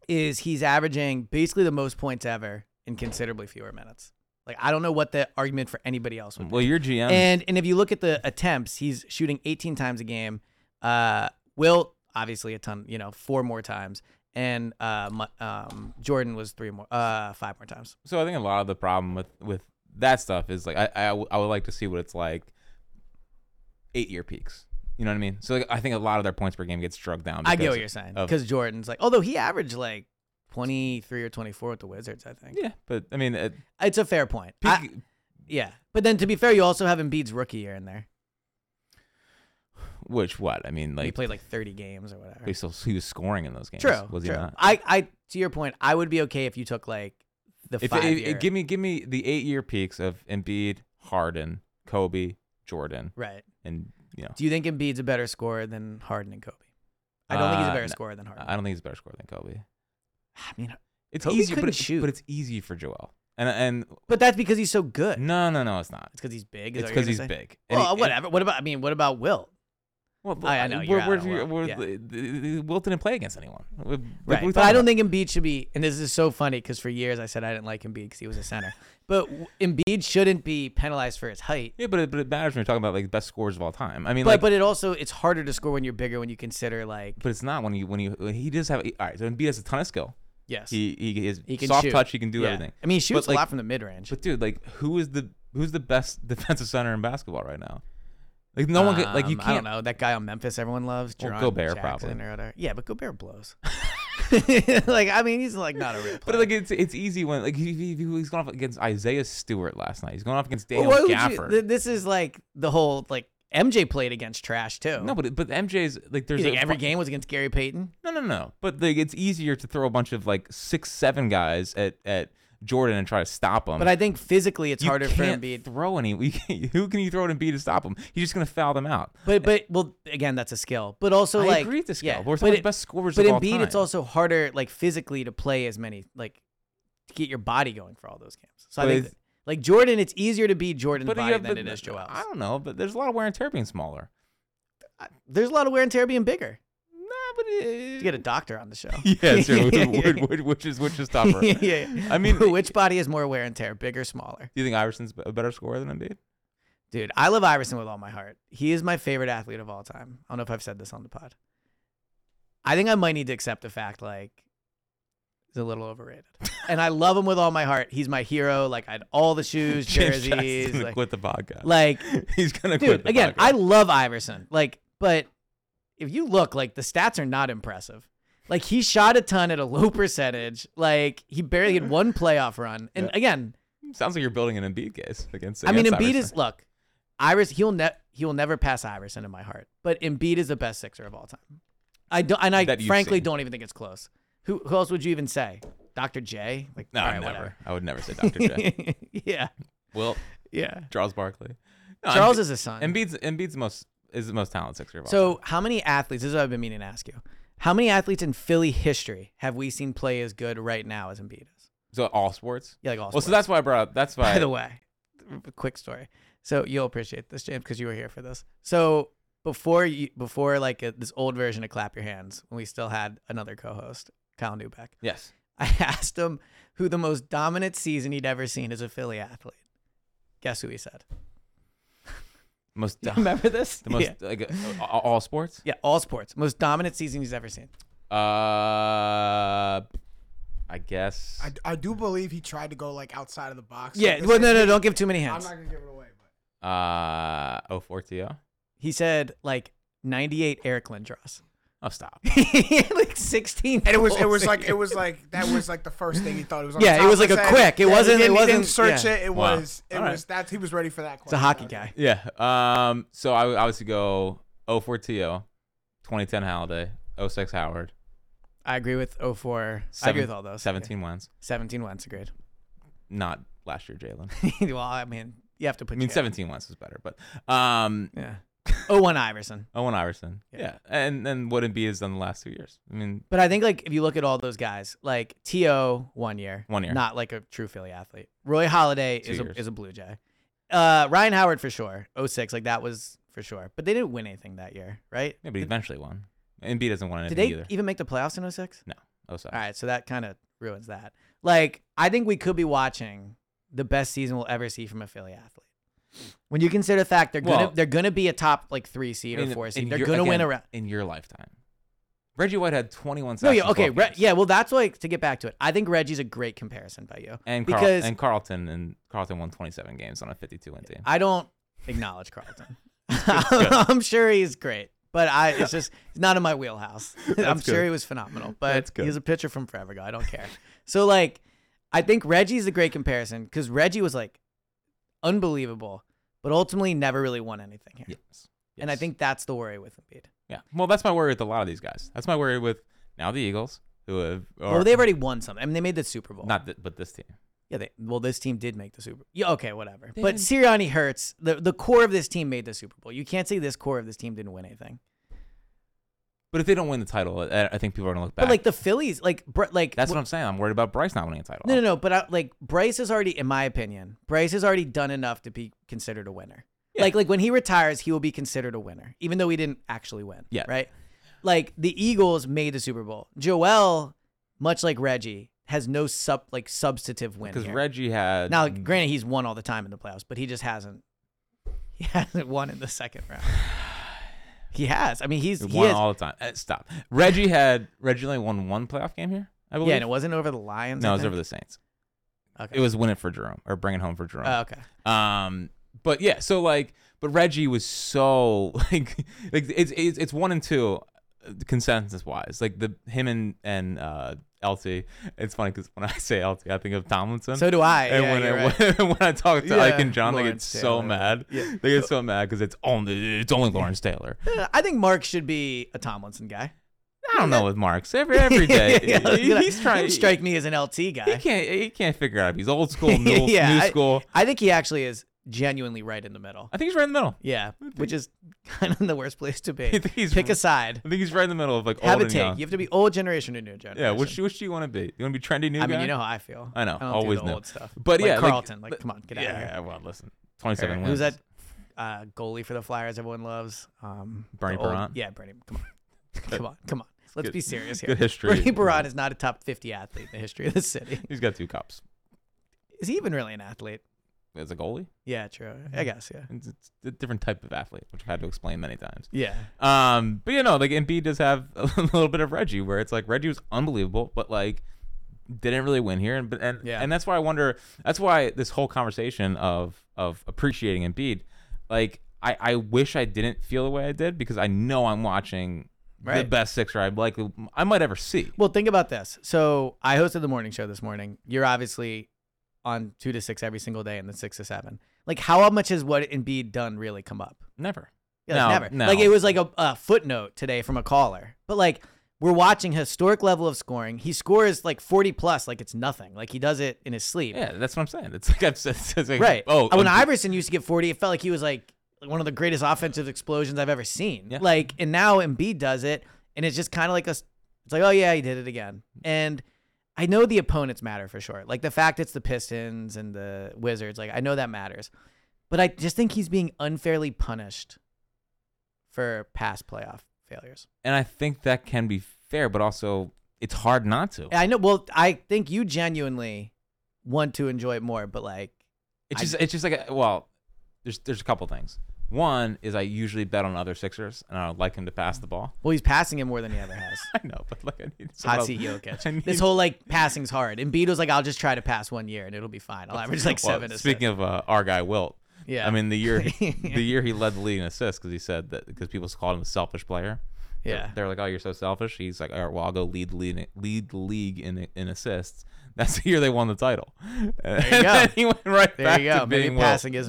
Speaker 3: is he's averaging basically the most points ever in considerably fewer minutes. Like I don't know what the argument for anybody else would be.
Speaker 2: Well, your GM.
Speaker 3: And and if you look at the attempts, he's shooting 18 times a game. Uh, Will obviously a ton, you know, four more times, and uh, Mu- um, Jordan was three more, uh, five more times.
Speaker 2: so I think a lot of the problem with with that stuff is like I I, w- I would like to see what it's like eight year peaks. You know what I mean? So like, I think a lot of their points per game gets drugged down.
Speaker 3: I get
Speaker 2: because
Speaker 3: what you're saying
Speaker 2: of-
Speaker 3: because Jordan's like, although he averaged like 23 or 24 with the Wizards, I think.
Speaker 2: yeah, but I mean, it,
Speaker 3: It's a fair point.
Speaker 2: peak,
Speaker 3: I- Yeah, but then to be fair, you also have Embiid's rookie year in there.
Speaker 2: which what I mean,
Speaker 3: he
Speaker 2: like
Speaker 3: played like 30 games or whatever.
Speaker 2: he still he was scoring in those games.
Speaker 3: True.
Speaker 2: was
Speaker 3: true.
Speaker 2: he not?
Speaker 3: I, I, to your point, I would be okay if you took like the
Speaker 2: If,
Speaker 3: five
Speaker 2: if-
Speaker 3: year.
Speaker 2: give me give me the eight year peaks of Embiid, Harden, Kobe, Jordan,
Speaker 3: right.
Speaker 2: and you know,
Speaker 3: Do you think Embiid's a better scorer than Harden and Kobe? I don't think he's a
Speaker 2: Uh,
Speaker 3: better
Speaker 2: no.
Speaker 3: scorer than Harden.
Speaker 2: I don't think he's a better scorer than Kobe.
Speaker 3: I mean,
Speaker 2: It's
Speaker 3: Kobe
Speaker 2: easier, but
Speaker 3: couldn't
Speaker 2: it's,
Speaker 3: shoot.
Speaker 2: but it's easy for Joel. And and
Speaker 3: but that's because he's so good.
Speaker 2: no, no, no, it's not.
Speaker 3: It's because he's big. is
Speaker 2: It's
Speaker 3: that what
Speaker 2: because
Speaker 3: you're
Speaker 2: he's
Speaker 3: gonna say?
Speaker 2: big. And
Speaker 3: Well, uh,
Speaker 2: he- and-
Speaker 3: whatever. what about? I mean, what about Wilt?
Speaker 2: Well,
Speaker 3: I- I
Speaker 2: uh,
Speaker 3: know,
Speaker 2: Where,
Speaker 3: you're out
Speaker 2: where
Speaker 3: of
Speaker 2: do you,
Speaker 3: luck,
Speaker 2: where,
Speaker 3: yeah.
Speaker 2: the, the, the- Wilt didn't play against anyone. We- like
Speaker 3: Right.
Speaker 2: we
Speaker 3: but I
Speaker 2: talked
Speaker 3: don't
Speaker 2: about.
Speaker 3: think Embiid should be. And this is so funny because for years I said I didn't like Embiid because he was
Speaker 2: [laughs]
Speaker 3: a center. But w- Embiid shouldn't be penalized for his height.
Speaker 2: Yeah, but it, but it matters when you're talking about like best scorers of all time. I mean,
Speaker 3: But
Speaker 2: like,
Speaker 3: but it also it's harder to score when you're bigger when you consider like
Speaker 2: but it's not when you when you when he does have. All right, so Embiid has a ton of skill.
Speaker 3: yes
Speaker 2: He he is
Speaker 3: He can
Speaker 2: soft
Speaker 3: shoot.
Speaker 2: touch. He can do
Speaker 3: Yeah.
Speaker 2: everything.
Speaker 3: I mean, he shoots
Speaker 2: but, like,
Speaker 3: a lot from the mid range.
Speaker 2: But dude, like, who is the who's the best [laughs] defensive center in basketball right now? Like no one can, like you
Speaker 3: Um, I don't
Speaker 2: can't.
Speaker 3: know that guy on Memphis. Everyone loves
Speaker 2: Well,
Speaker 3: Jerron
Speaker 2: Gobert,
Speaker 3: Jackson
Speaker 2: probably.
Speaker 3: or whatever. Yeah, but Gobert
Speaker 2: [laughs]
Speaker 3: blows. [laughs] like I mean, he's like not a real player.
Speaker 2: But like it's it's easy when like he, he, he's going off against Isaiah Stewart last night. He's going off against
Speaker 3: Well,
Speaker 2: Daniel
Speaker 3: why would you-
Speaker 2: Gafford.
Speaker 3: th- this is like the whole like MJ played against trash too.
Speaker 2: no, but it- but MJ's like there's
Speaker 3: you think
Speaker 2: a-
Speaker 3: every game was against Gary Payton.
Speaker 2: No, no, no. But like it's easier to throw a bunch of like six, seven guys at at Jordan and try to stop him.
Speaker 3: But I think physically it's
Speaker 2: Um, you
Speaker 3: harder for
Speaker 2: can't
Speaker 3: Embiid.
Speaker 2: throw any. [laughs] we can't- Who can you throw to Embiid to stop him? He's just gonna foul them out.
Speaker 3: But but well again that's a skill. But also
Speaker 2: I
Speaker 3: like
Speaker 2: agree with the skill.
Speaker 3: Yeah,
Speaker 2: We're
Speaker 3: but
Speaker 2: talking
Speaker 3: it-
Speaker 2: best scorers
Speaker 3: But
Speaker 2: of all
Speaker 3: Embiid, it's
Speaker 2: time.
Speaker 3: also harder like physically to play as many like to get your body going for all those games. So
Speaker 2: But
Speaker 3: I think
Speaker 2: it's-
Speaker 3: that- like Jordan, it's easier to be Jordan's
Speaker 2: But
Speaker 3: body
Speaker 2: yeah,
Speaker 3: than
Speaker 2: but
Speaker 3: it is Joel's.
Speaker 2: I don't know. But there's a lot of wear and tear being smaller.
Speaker 3: There's a lot of wear and tear being bigger.
Speaker 2: Nah, but it,
Speaker 3: You get a [laughs] doctor on the show.
Speaker 2: [laughs] yeah, sure.
Speaker 3: [laughs] Yeah,
Speaker 2: Which-
Speaker 3: yeah,
Speaker 2: which, which is which is tougher?
Speaker 3: [laughs] yeah, yeah.
Speaker 2: I mean, do
Speaker 3: which body is more wear and tear, bigger, smaller?
Speaker 2: you think Iverson's a better scorer than Embiid?
Speaker 3: Dude, I love Iverson with all my heart. He is my favorite athlete of all time. I don't know if I've said this on the pod. I think I might need to accept the fact like he's a
Speaker 2: [laughs]
Speaker 3: little overrated. and I love him with all my heart. He's my hero. Like I had all the
Speaker 2: [laughs]
Speaker 3: shoes,
Speaker 2: James Jackson's
Speaker 3: jerseys,
Speaker 2: gonna
Speaker 3: like,
Speaker 2: quit the podcast.
Speaker 3: like
Speaker 2: [laughs] He's gonna quit
Speaker 3: dude,
Speaker 2: the
Speaker 3: again,
Speaker 2: podcast.
Speaker 3: I love Iverson. Like, but if you look, like the stats are not impressive. Like he shot a ton at a low percentage. Like he barely had one playoff run. And again,
Speaker 2: sounds like you're building an Embiid case against.
Speaker 3: I mean,
Speaker 2: against
Speaker 3: Embiid
Speaker 2: Iverson.
Speaker 3: is look, Iris. He'll ne- he will never pass Iverson in my heart. But Embiid is the best sixer of all time. I don't, and I
Speaker 2: That you've
Speaker 3: frankly
Speaker 2: seen.
Speaker 3: don't even think it's close. Who who else would you even say? Dr. J? Like
Speaker 2: No,
Speaker 3: all
Speaker 2: I
Speaker 3: right,
Speaker 2: never.
Speaker 3: whatever.
Speaker 2: I would never say Dr.
Speaker 3: [laughs]
Speaker 2: J.
Speaker 3: yeah,
Speaker 2: Well,
Speaker 3: yeah.
Speaker 2: Charles Barkley. No,
Speaker 3: Charles
Speaker 2: Embi-
Speaker 3: is a son.
Speaker 2: Embiid's Embiid's the most is the most talented sixer of all.
Speaker 3: So, how many athletes? This is what I've been meaning to ask you. How many athletes in Philly history have we seen play as good right now as Embiid is?
Speaker 2: so all sports.
Speaker 3: Yeah, like all.
Speaker 2: well, so
Speaker 3: sports.
Speaker 2: that's why I brought up. That's why.
Speaker 3: By the way, a quick story. So you'll appreciate this, James, because you were here for this. So before you, before like uh this old version of clap your hands, when we still had another co-host, Kyle Newbeck,
Speaker 2: yes.
Speaker 3: I [laughs] asked him who the most dominant season he'd ever seen as a Philly athlete. Guess who he said?
Speaker 2: Most
Speaker 3: Do you
Speaker 2: dom-
Speaker 3: remember this?
Speaker 2: the most
Speaker 3: yeah.
Speaker 2: like uh, all, all sports.
Speaker 3: Yeah, all sports. Most dominant season he's ever seen.
Speaker 2: Uh, I guess.
Speaker 4: I, I do believe he tried to go like outside of the box.
Speaker 3: Yeah.
Speaker 4: Like,
Speaker 3: Well,
Speaker 4: this-
Speaker 3: no, no, don't give too many
Speaker 4: I'm
Speaker 3: hints.
Speaker 4: not gonna give it away. But
Speaker 2: Uh, oh four to you.
Speaker 3: He said like 98 Eric Lindros.
Speaker 2: Oh, stop.
Speaker 3: [laughs] like 16. [laughs]
Speaker 4: and it was it
Speaker 3: goals.
Speaker 4: was like it
Speaker 3: [laughs]
Speaker 4: was like that was like the first thing he thought it was. On
Speaker 3: Yeah,
Speaker 4: the
Speaker 3: it
Speaker 4: top
Speaker 3: was
Speaker 4: of
Speaker 3: like
Speaker 4: his
Speaker 3: a
Speaker 4: head.
Speaker 3: quick. It
Speaker 4: Yeah, he
Speaker 3: wasn't- it
Speaker 4: didn't- he
Speaker 3: wasn't-
Speaker 4: didn't search
Speaker 3: yeah.
Speaker 4: it. It
Speaker 2: Wow.
Speaker 4: was. It
Speaker 2: All right.
Speaker 4: was that he was ready for that.
Speaker 3: It's a
Speaker 4: question.
Speaker 3: hockey guy.
Speaker 2: Yeah. Um. So I would obviously go oh four to you. 2010 Halliday. 06 Howard.
Speaker 3: I agree with 04. I
Speaker 2: seven-
Speaker 3: agree with all those.
Speaker 2: 17 wins.
Speaker 3: 17 wins,
Speaker 2: [laughs]
Speaker 3: agreed.
Speaker 2: Not last year,
Speaker 3: [laughs]
Speaker 2: Jalen.
Speaker 3: well, I mean, you have to put
Speaker 2: I mean,
Speaker 3: Jalen.
Speaker 2: 17 wins is better, but um,
Speaker 3: Yeah. 01 Iverson.
Speaker 2: Owen Iverson. Yeah. And then what Embiid has done the last two years. I mean,
Speaker 3: But I think, like, if you look at all those guys, like T.O. one year.
Speaker 2: One year.
Speaker 3: Not like a true Philly athlete. Roy Holiday
Speaker 2: Two
Speaker 3: is a,
Speaker 2: years.
Speaker 3: is a Blue Jay. Uh, Ryan Howard for sure. 06, like, that was for sure. But they didn't win anything that year, right?
Speaker 2: yeah, but he eventually won. Embiid doesn't want
Speaker 3: Did
Speaker 2: anything
Speaker 3: they
Speaker 2: either.
Speaker 3: even make the playoffs in 06?
Speaker 2: no. Oh, sorry.
Speaker 3: All right, so that kind of ruins that. Like, I think we could be watching the best season we'll ever see from a Philly athlete. When you consider the fact they're gonna
Speaker 2: Well-
Speaker 3: they're gonna be a top like three
Speaker 2: I
Speaker 3: seed
Speaker 2: mean,
Speaker 3: or four
Speaker 2: in
Speaker 3: seed, they're
Speaker 2: your-
Speaker 3: gonna
Speaker 2: again,
Speaker 3: win a round.
Speaker 2: In your lifetime. Reggie White had 21 sacks.
Speaker 3: No, yeah,
Speaker 2: in
Speaker 3: okay,
Speaker 2: 12
Speaker 3: Re-
Speaker 2: games.
Speaker 3: yeah. Well, that's like to get back to it. I think Reggie's a great comparison by you
Speaker 2: And, Carl-
Speaker 3: because
Speaker 2: and Carlton and Carlton won 27 games on a 52 win team.
Speaker 3: I don't acknowledge Carlton.
Speaker 2: [laughs]
Speaker 3: [laughs] I'm sure he's great, but I it's just it's not in my wheelhouse.
Speaker 2: [laughs]
Speaker 3: I'm
Speaker 2: That's
Speaker 3: sure
Speaker 2: good.
Speaker 3: he was phenomenal, but
Speaker 2: That's good.
Speaker 3: he's a pitcher from forever ago. I don't care. so like, I think Reggie's a great comparison because Reggie was like unbelievable, but ultimately never really won anything here.
Speaker 2: yes.
Speaker 3: And I
Speaker 2: Yes.
Speaker 3: think that's the worry with Embiid.
Speaker 2: yeah. Well, that's my worry with a lot of these guys. That's my worry with now the Eagles, who have. Or,
Speaker 3: well, they've already won something. I mean, they made the Super Bowl.
Speaker 2: Not th- but this team.
Speaker 3: Yeah, they well, this team did make the Super. Yeah, okay, whatever. but Sirianni hurts. The the core of this team made the Super Bowl. You can't say this core of this team didn't win anything.
Speaker 2: But if they don't win the title, I, I think people are gonna look back.
Speaker 3: But like the Phillies, like Br- like
Speaker 2: that's
Speaker 3: wh-
Speaker 2: what I'm saying. I'm worried about Bryce not winning a title.
Speaker 3: No, no, no. But I, like Bryce has already, in my opinion, Bryce has already done enough to be considered a winner. Like, like when he retires, he will be considered a winner, even though he didn't actually win.
Speaker 2: Yeah.
Speaker 3: Right. Like the Eagles made the Super Bowl. Joel, much like Reggie, has no sub like substantive win.
Speaker 2: because
Speaker 3: here.
Speaker 2: Reggie had
Speaker 3: now, granted, he's won all the time in the playoffs, but he just hasn't. [laughs] He hasn't won in the second
Speaker 2: [sighs]
Speaker 3: round. He has. I mean, he's he
Speaker 2: won
Speaker 3: has-
Speaker 2: all the time. Uh, stop. Reggie had Reggie only won one playoff game here. I believe.
Speaker 3: yeah, and it wasn't over the Lions.
Speaker 2: no,
Speaker 3: I
Speaker 2: it was
Speaker 3: think?
Speaker 2: over the Saints.
Speaker 3: Okay.
Speaker 2: It was win it for Jerome or bring it home for Jerome.
Speaker 3: Oh, okay.
Speaker 2: Um, but yeah, so like, but Reggie was so [laughs] like, like it's it's, it's one and two, consensus wise. Like the him and and uh, LT. It's funny because when [laughs] I say LT, I think of Tomlinson.
Speaker 3: So do I.
Speaker 2: And
Speaker 3: yeah,
Speaker 2: when,
Speaker 3: you're
Speaker 2: I, [laughs]
Speaker 3: right.
Speaker 2: when, I talk to
Speaker 3: Yeah,
Speaker 2: Ike and John, they get
Speaker 3: Lawrence
Speaker 2: so
Speaker 3: Taylor.
Speaker 2: mad. They get so mad because it's only it's only Lawrence Taylor.
Speaker 3: Uh, [laughs] I think Mark should be a Tomlinson guy.
Speaker 2: I don't know with Marks every [laughs] every day.
Speaker 3: [laughs] Yeah, I was
Speaker 2: he-
Speaker 3: gonna-
Speaker 2: he's trying
Speaker 3: don't strike me as an LT
Speaker 2: He
Speaker 3: guy.
Speaker 2: can't he can't figure it out. He's old
Speaker 3: [laughs]
Speaker 2: school, new,
Speaker 3: Yeah,
Speaker 2: new
Speaker 3: I-
Speaker 2: school.
Speaker 3: I think he actually is genuinely right in the middle.
Speaker 2: I think he's right in the middle.
Speaker 3: Yeah, which is kind of the worst place
Speaker 2: [laughs]
Speaker 3: to be.
Speaker 2: I think he's
Speaker 3: Pick a side.
Speaker 2: I think he's right in the middle of like
Speaker 3: Have
Speaker 2: old
Speaker 3: a
Speaker 2: and
Speaker 3: take.
Speaker 2: young.
Speaker 3: You have to be old generation or new generation.
Speaker 2: Yeah, which which do you want to be? You want to be trendy new
Speaker 3: I
Speaker 2: guy?
Speaker 3: mean, you know how I feel.
Speaker 2: I know,
Speaker 3: I don't
Speaker 2: always
Speaker 3: do the
Speaker 2: knew.
Speaker 3: old stuff.
Speaker 2: But
Speaker 3: Like
Speaker 2: yeah, like-
Speaker 3: Carlton. Like,
Speaker 2: but-
Speaker 3: come on, get
Speaker 2: yeah,
Speaker 3: out of here.
Speaker 2: well, listen, twenty-seven
Speaker 3: Or
Speaker 2: wins.
Speaker 3: Who's that uh, goalie for the Flyers? Everyone loves. Um, the
Speaker 2: Bernie
Speaker 3: old-
Speaker 2: Parent?
Speaker 3: Yeah, Bernie.
Speaker 2: [laughs]
Speaker 3: Come on, come on, come on. Let's
Speaker 2: good-
Speaker 3: be serious here.
Speaker 2: good history.
Speaker 3: Bernie Baron is not a top fifty athlete in the history of the city. [laughs]
Speaker 2: He's got two cups.
Speaker 3: Is he even really an athlete?
Speaker 2: As a goalie,
Speaker 3: Yeah, true. I guess. Yeah.
Speaker 2: it's, it's a different type of athlete, which I've had to explain many times.
Speaker 3: Yeah.
Speaker 2: Um, but you know, like Embiid does have [laughs] a little bit of Reggie, where it's like Reggie was unbelievable, but like didn't really win here, and but and
Speaker 3: Yeah.
Speaker 2: and that's why I wonder. That's why this whole conversation of of appreciating Embiid, like I I wish I didn't feel the way I did because I know I'm watching the
Speaker 3: Right.
Speaker 2: best sixer I likely I might ever see.
Speaker 3: Well, think about this. So I hosted the morning show this morning. You're obviously on two to six every single day, and then six to seven. Like, how much has what Embiid done really come up?
Speaker 2: Never.
Speaker 3: Yeah, like,
Speaker 2: No,
Speaker 3: never.
Speaker 2: no.
Speaker 3: Like it was like a, a footnote today from a caller. But like we're watching historic level of scoring. He scores like 40 plus, like it's nothing. Like he does it in his sleep.
Speaker 2: Yeah, that's what I'm [laughs] saying. It's like I've said. It's like,
Speaker 3: Right.
Speaker 2: Oh,
Speaker 3: when
Speaker 2: Embiid-
Speaker 3: Iverson used to get 40, it felt like he was like one of the greatest offensive explosions I've ever seen.
Speaker 2: Yeah.
Speaker 3: Like, and now Embiid does it, and it's just kind of like a, s- it's like, oh yeah, he did it again. And I know the opponents matter for sure. Like the fact it's the Pistons and the Wizards, like I know that matters. But I just think he's being unfairly punished for past playoff failures.
Speaker 2: and I think that can be fair, but also it's hard not to.
Speaker 3: I know. Well, I think you genuinely want to enjoy it more, but like,
Speaker 2: It's
Speaker 3: I-
Speaker 2: just it's just like a, well, there's there's a couple things. One is I usually bet on other Sixers, and I would like him to pass the ball. [laughs]
Speaker 3: well, he's passing him more than he ever has.
Speaker 2: I know, but like I need someone
Speaker 3: Hot
Speaker 2: else- [laughs]
Speaker 3: seat
Speaker 2: I
Speaker 3: Jokic.
Speaker 2: need-
Speaker 3: This whole like passing's hard. And was like, I'll just try to pass one year and it'll be fine. I'll average like
Speaker 2: [laughs] Well,
Speaker 3: seven.
Speaker 2: Speaking of uh, our guy Wilt,
Speaker 3: Yeah.
Speaker 2: I mean the year
Speaker 3: [laughs]
Speaker 2: the year he led the league in assists because he said that because people called him a selfish player. They're-
Speaker 3: Yeah.
Speaker 2: they're like, oh, you're so selfish. He's like, all right, well, I'll go lead the lead, lead the league in in assists. That's the year they won the title. [laughs] There
Speaker 3: you go.
Speaker 2: he went right
Speaker 3: there
Speaker 2: back
Speaker 3: you go.
Speaker 2: to
Speaker 3: Maybe
Speaker 2: being Wilt.
Speaker 3: passing is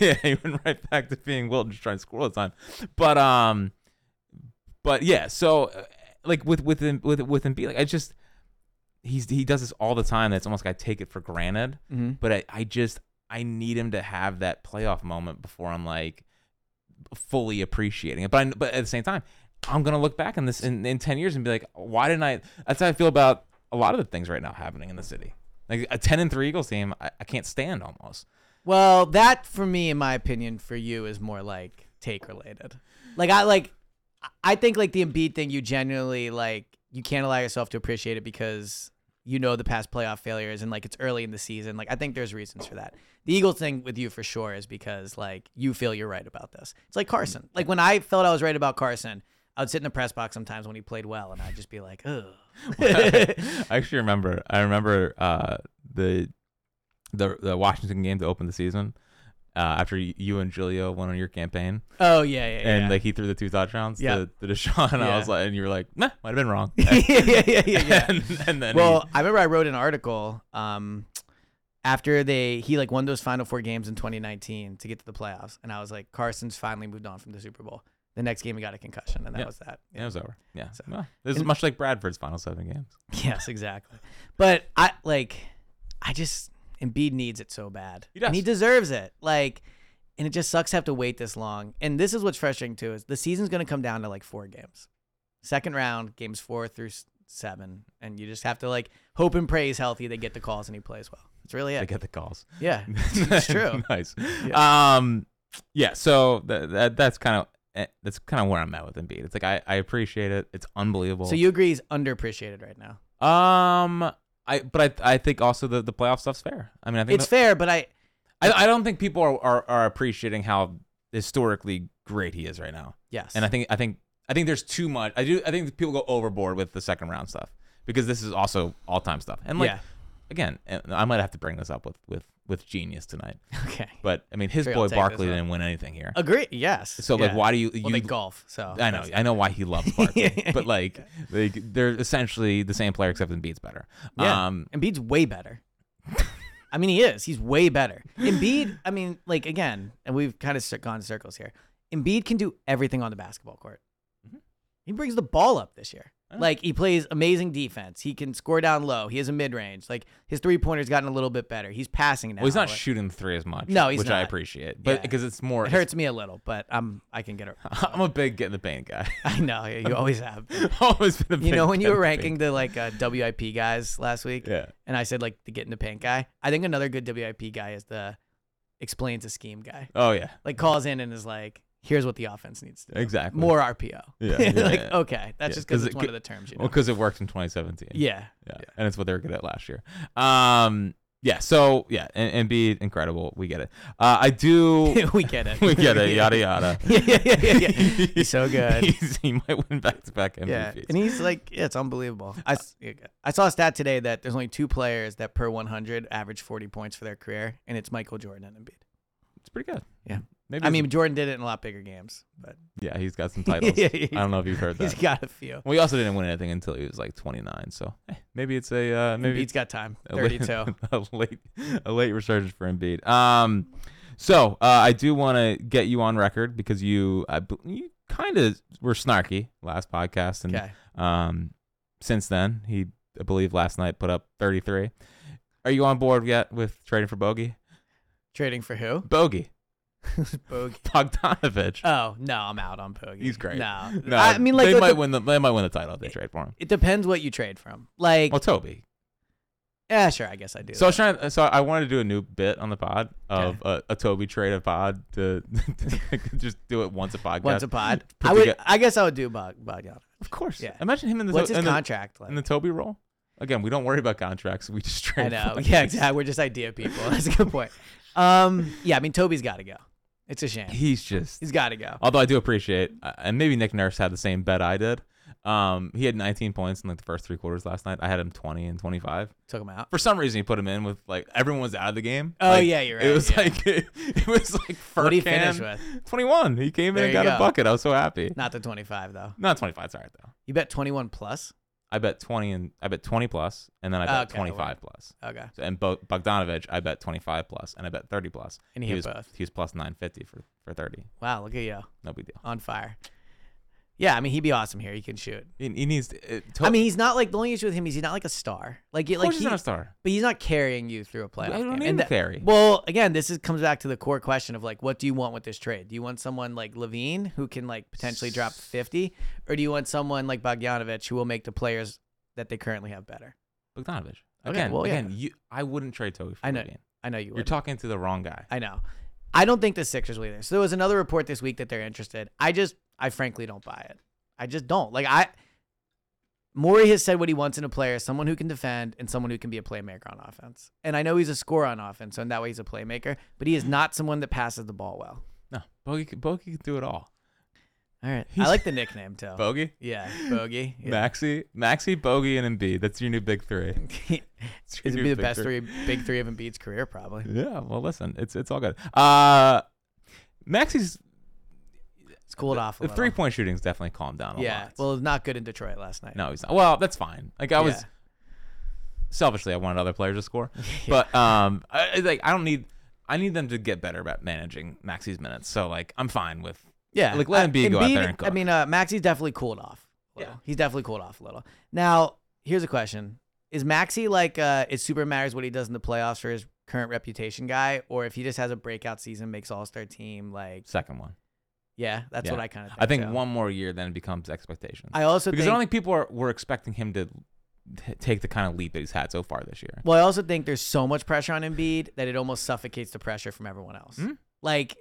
Speaker 2: [laughs] yeah, he went right back to being Wilt and just trying to score all the time. But um, but yeah, so uh, like with with Em- with with Embiid, like I just he's he does this all the time. That's almost like I take it for granted. But I I just I need him to have that playoff moment before I'm like fully appreciating it. But I, but at the same time, I'm gonna look back on this in, in ten years and be like, why didn't I? That's how I feel about a lot of the things right now happening in the city. Like a ten and three Eagles team, I, I can't stand almost.
Speaker 3: Well, that for me, in my opinion, for you is more like take related. Like I like, I think like the Embiid thing, you genuinely like you can't allow yourself to appreciate it because you know the past playoff failures and like it's early in the season. Like I think there's reasons for that. The Eagles thing with you for sure is because like you feel you're right about this. It's like
Speaker 2: Mm.
Speaker 3: Carson. Like when I felt I was right about Carson, I would sit in the press box sometimes when he played well, and I'd just be like,
Speaker 2: [laughs]
Speaker 3: ugh.
Speaker 2: I actually remember. I remember uh, the the the Washington game to open the season uh, after y- you and Julio went on your campaign,
Speaker 3: [laughs] oh yeah, yeah, yeah.
Speaker 2: and like he threw the two touchdowns
Speaker 3: Yeah.
Speaker 2: to, to Deshaun, and I
Speaker 3: Yeah.
Speaker 2: was like, and you were like, nah, might have been wrong.
Speaker 3: [laughs] yeah, yeah, yeah, yeah, [laughs] yeah.
Speaker 2: [laughs] and, and then
Speaker 3: Well, I remember I wrote an article um, after they he like won those final four games in 2019 to get to the playoffs, and I was like, Carson's finally moved on from the Super Bowl. The next game he got a concussion, and that
Speaker 2: Yeah.
Speaker 3: was that.
Speaker 2: he, yeah, it was over. Yeah,
Speaker 3: So-
Speaker 2: Well, this is
Speaker 3: and- [laughs]
Speaker 2: much like Bradford's final seven games.
Speaker 3: Yes, exactly. But I like, I just Embiid needs it so bad.
Speaker 2: He does.
Speaker 3: And he deserves it. Like, and it just sucks to have to wait this long. And this is what's frustrating too is the season's going to come down to like four games. Second round, games four through s- seven, and you just have to like hope and pray he's healthy. They get the calls and he plays well. That's really
Speaker 2: I
Speaker 3: it.
Speaker 2: get the calls. [laughs]
Speaker 3: yeah, [laughs] it's true.
Speaker 2: nice. Um, yeah. So that, that that's kind of that's kind of where I'm at with Embiid. It's like I, I appreciate it. It's unbelievable.
Speaker 3: So you agree he's underappreciated right now?
Speaker 2: um I but I I think also the the playoff stuff's fair. I mean I think
Speaker 3: It's
Speaker 2: the-
Speaker 3: fair, but I
Speaker 2: I I don't think people are, are are appreciating how historically great he is right now.
Speaker 3: yes,
Speaker 2: And I think I think I think there's too much. I do I think people go overboard with the second round stuff because this is also all time stuff. And like
Speaker 3: Yeah. [laughs]
Speaker 2: again, and I might have to bring this up with with with genius
Speaker 3: [laughs]
Speaker 2: tonight.
Speaker 3: okay
Speaker 2: But I mean, his
Speaker 3: Sure, I'll
Speaker 2: boy
Speaker 3: take this
Speaker 2: Barkley
Speaker 3: one.
Speaker 2: didn't win anything here.
Speaker 3: agree. Yes.
Speaker 2: So like,
Speaker 3: yeah.
Speaker 2: why do you
Speaker 3: Well,
Speaker 2: you?
Speaker 3: they golf, so
Speaker 2: I know, I know why he
Speaker 3: [laughs]
Speaker 2: loves Barkley, but like, like they're essentially the same player except Embiid's better.
Speaker 3: Yeah.
Speaker 2: Um,
Speaker 3: Embiid's way
Speaker 2: [laughs]
Speaker 3: better. I mean, he is. He's way better. Embiid, I mean, like, again, and we've kind of gone in circles here. Embiid can do everything on the basketball court.
Speaker 2: Mm-hmm.
Speaker 3: He brings the ball up this year. Like, he plays amazing defense. He can score down low. He has a mid range. Like, his three pointer's gotten a little bit better. He's passing now.
Speaker 2: well, he's not
Speaker 3: Like,
Speaker 2: shooting the three as much.
Speaker 3: No, he's
Speaker 2: which I
Speaker 3: not.
Speaker 2: appreciate, but
Speaker 3: Yeah.
Speaker 2: because it's more.
Speaker 3: It hurts me a little, but I'm, I can get it.
Speaker 2: [laughs] I'm a big get in the paint guy.
Speaker 3: [laughs]
Speaker 2: [laughs]
Speaker 3: I know. You always have.
Speaker 2: Always been a
Speaker 3: You
Speaker 2: big
Speaker 3: know when
Speaker 2: get
Speaker 3: you
Speaker 2: in
Speaker 3: were
Speaker 2: the
Speaker 3: ranking
Speaker 2: paint.
Speaker 3: the like uh, WIP guys last week,
Speaker 2: Yeah.
Speaker 3: and I said like the get in the paint guy. I think another good WIP guy is the explains a scheme guy.
Speaker 2: Oh yeah,
Speaker 3: Like calls in and is like, "Here's what the offense needs to do.
Speaker 2: exactly.
Speaker 3: more RPO."
Speaker 2: Yeah,
Speaker 3: [laughs] like
Speaker 2: yeah, yeah.
Speaker 3: okay,
Speaker 2: Yeah,
Speaker 3: that's just because
Speaker 2: 'cause it
Speaker 3: it's one
Speaker 2: could-
Speaker 3: of the terms. You know?
Speaker 2: Well, because it worked in 2017.
Speaker 3: [laughs] yeah, [laughs]
Speaker 2: yeah, and it's what they were good at last year. Um, yeah. So yeah, and Embiid incredible. We get it. Uh, I do.
Speaker 3: [laughs]
Speaker 2: [laughs]
Speaker 3: we get it.
Speaker 2: we get
Speaker 3: [laughs]
Speaker 2: it. Yada yada.
Speaker 3: yeah, yeah, yeah, yeah,
Speaker 2: [laughs]
Speaker 3: yeah. He's so good.
Speaker 2: He's- he might win back to back MVPs.
Speaker 3: [laughs] Yeah, and he's like, yeah, it's unbelievable. I, s- I saw a stat today that there's only two players that per 100 average 40 points for their career, and it's Michael Jordan and Embiid.
Speaker 2: it's pretty good.
Speaker 3: Yeah.
Speaker 2: Maybe
Speaker 3: I
Speaker 2: it's-
Speaker 3: mean, Jordan did it in a lot bigger games, but
Speaker 2: yeah, he's got some titles.
Speaker 3: [laughs] Yeah,
Speaker 2: I
Speaker 3: he's-
Speaker 2: don't know if you've heard
Speaker 3: he's
Speaker 2: that.
Speaker 3: got a few.
Speaker 2: well, he also didn't win anything until he was like 29. So eh, maybe it's a uh, maybe
Speaker 3: Embiid's got
Speaker 2: [laughs]
Speaker 3: time.
Speaker 2: a late-
Speaker 3: 32.
Speaker 2: a late a late resurgence for Embiid. Um, so uh, I do want to get you on record because you I, bel- you kind of were snarky last podcast, and
Speaker 3: Okay.
Speaker 2: um, since then he I believe last night put up 33. Are you on board yet with trading for Bogey?
Speaker 3: Trading for who?
Speaker 2: Bogey [laughs]
Speaker 3: Bogey.
Speaker 2: Bogdanovich.
Speaker 3: Oh no, I'm out on Bogey.
Speaker 2: He's great.
Speaker 3: No, I mean like
Speaker 2: they
Speaker 3: look,
Speaker 2: might
Speaker 3: it-
Speaker 2: win the they might win the title if they trade for him.
Speaker 3: It depends what you trade from. Like,
Speaker 2: Well, Toby.
Speaker 3: yeah, sure, I guess I do.
Speaker 2: So I was trying. uh, So I wanted to do a new bit on the pod of
Speaker 3: Okay.
Speaker 2: a, a Toby trade a pod to, [laughs] just do it once a podcast.
Speaker 3: once a pod,
Speaker 2: Put
Speaker 3: I would.
Speaker 2: toge-
Speaker 3: I guess I would do Bog Bogdan.
Speaker 2: of course.
Speaker 3: yeah.
Speaker 2: Imagine him in the
Speaker 3: What's
Speaker 2: to-
Speaker 3: his
Speaker 2: in the-
Speaker 3: contract like?
Speaker 2: in the Toby role. Again, we don't worry about contracts. We just trade.
Speaker 3: I know.
Speaker 2: [laughs] podcasts.
Speaker 3: Yeah, exactly. We're just idea people. [laughs] That's a good point. Um, yeah, I mean Toby's got to go. It's a shame.
Speaker 2: He's just.
Speaker 3: He's got to go.
Speaker 2: Although I do appreciate, uh, and maybe Nick Nurse had the same bet I did. Um, he had 19 points in like the first three quarters last night. I had him 20 and 25.
Speaker 3: Took him out.
Speaker 2: For some reason, he put him in with like everyone was out of the game.
Speaker 3: Oh,
Speaker 2: Like,
Speaker 3: yeah, you're
Speaker 2: It
Speaker 3: right,
Speaker 2: was
Speaker 3: yeah.
Speaker 2: like [laughs] it, was like
Speaker 3: What'd he
Speaker 2: Furkan,
Speaker 3: finish with?
Speaker 2: 21. He came in
Speaker 3: There
Speaker 2: and
Speaker 3: you
Speaker 2: got a
Speaker 3: go.
Speaker 2: bucket. I was so happy.
Speaker 3: Not the 25 though.
Speaker 2: Not 25. Sorry though.
Speaker 3: You bet 21 plus.
Speaker 2: I bet 20 and I bet 20 plus, and then I bet
Speaker 3: Oh, Okay,
Speaker 2: 25
Speaker 3: alright.
Speaker 2: plus.
Speaker 3: Okay.
Speaker 2: So, and Bo- Bogdanovich, I bet 25 plus, and I bet 30 plus.
Speaker 3: And he hit
Speaker 2: was
Speaker 3: both.
Speaker 2: he was plus 950 for for 30.
Speaker 3: Wow, look at you
Speaker 2: No big deal.
Speaker 3: on fire. Yeah, I mean he'd be awesome here. He can shoot.
Speaker 2: He, he needs. To, it, to-
Speaker 3: I mean, he's not like the only issue with him is he's not like a star. Like, he-
Speaker 2: of
Speaker 3: like
Speaker 2: course he's
Speaker 3: he-
Speaker 2: not a star.
Speaker 3: but he's not carrying you through a playoff.
Speaker 2: I don't
Speaker 3: game.
Speaker 2: need
Speaker 3: And
Speaker 2: to carry.
Speaker 3: Well, again, this is comes back to the core question of like, what do you want with this trade? Do you want someone like Levine who can like potentially drop fifty, or do you want someone like Bogdanovich who will make the players that they currently have better?
Speaker 2: Bogdanovich.
Speaker 3: Okay,
Speaker 2: Again,
Speaker 3: well, yeah.
Speaker 2: again, you. I wouldn't trade Toby. For
Speaker 3: I know,
Speaker 2: Levine.
Speaker 3: I know you.
Speaker 2: You're
Speaker 3: would.
Speaker 2: talking to the wrong guy.
Speaker 3: I know. I don't think the Sixers will either. So there was another report this week that they're interested. I just, I frankly don't buy it. I just don't. Like I, Morey has said what he wants in a player: someone who can defend and someone who can be a playmaker on offense. And I know he's a scorer on offense, so in that way he's a playmaker. But he is not someone that passes the ball well.
Speaker 2: No, Bogey. could- Bogey can do it all.
Speaker 3: All right, I like the nickname too.
Speaker 2: Bogey.
Speaker 3: yeah,
Speaker 2: [laughs]
Speaker 3: Bogey. [laughs] Yeah.
Speaker 2: Maxi, Maxi, Bogey, and Embiid. That's your new big three. It's your
Speaker 3: It'd
Speaker 2: new
Speaker 3: be the
Speaker 2: big
Speaker 3: best three, big three of Embiid's career, probably.
Speaker 2: Yeah. Well, listen, it's it's all good. Uh, Maxi's
Speaker 3: It's cooled off a
Speaker 2: the
Speaker 3: little.
Speaker 2: three point shooting's definitely calmed down a
Speaker 3: Yeah.
Speaker 2: lot.
Speaker 3: Well, not good in Detroit last night.
Speaker 2: no, he's not. Well, that's fine. Like I was
Speaker 3: Yeah.
Speaker 2: selfishly, I wanted other players to
Speaker 3: [laughs]
Speaker 2: score, but um, I, it's like I don't need. I need them to get better about managing Maxi's minutes. So like I'm fine with.
Speaker 3: Yeah,
Speaker 2: Like, let
Speaker 3: I-
Speaker 2: Embiid go out there and cook.
Speaker 3: I mean, uh, Maxi's definitely cooled off. a little.
Speaker 2: Yeah.
Speaker 3: he's definitely cooled off a little. Now, here's a question: Is Maxi like uh, it super matters what he does in the playoffs for his current reputation guy, or if he just has a breakout season, makes All Star team. Like,
Speaker 2: Second one.
Speaker 3: yeah, that's
Speaker 2: Yeah.
Speaker 3: what I kind of.
Speaker 2: I think
Speaker 3: so.
Speaker 2: one more year then it becomes expectations.
Speaker 3: I also
Speaker 2: because I
Speaker 3: think,
Speaker 2: don't think people are were expecting him to t- take the kind of leap that he's had so far this year.
Speaker 3: Well, I also think there's so much pressure on Embiid that it almost suffocates the pressure from everyone else.
Speaker 2: Hmm?
Speaker 3: Like,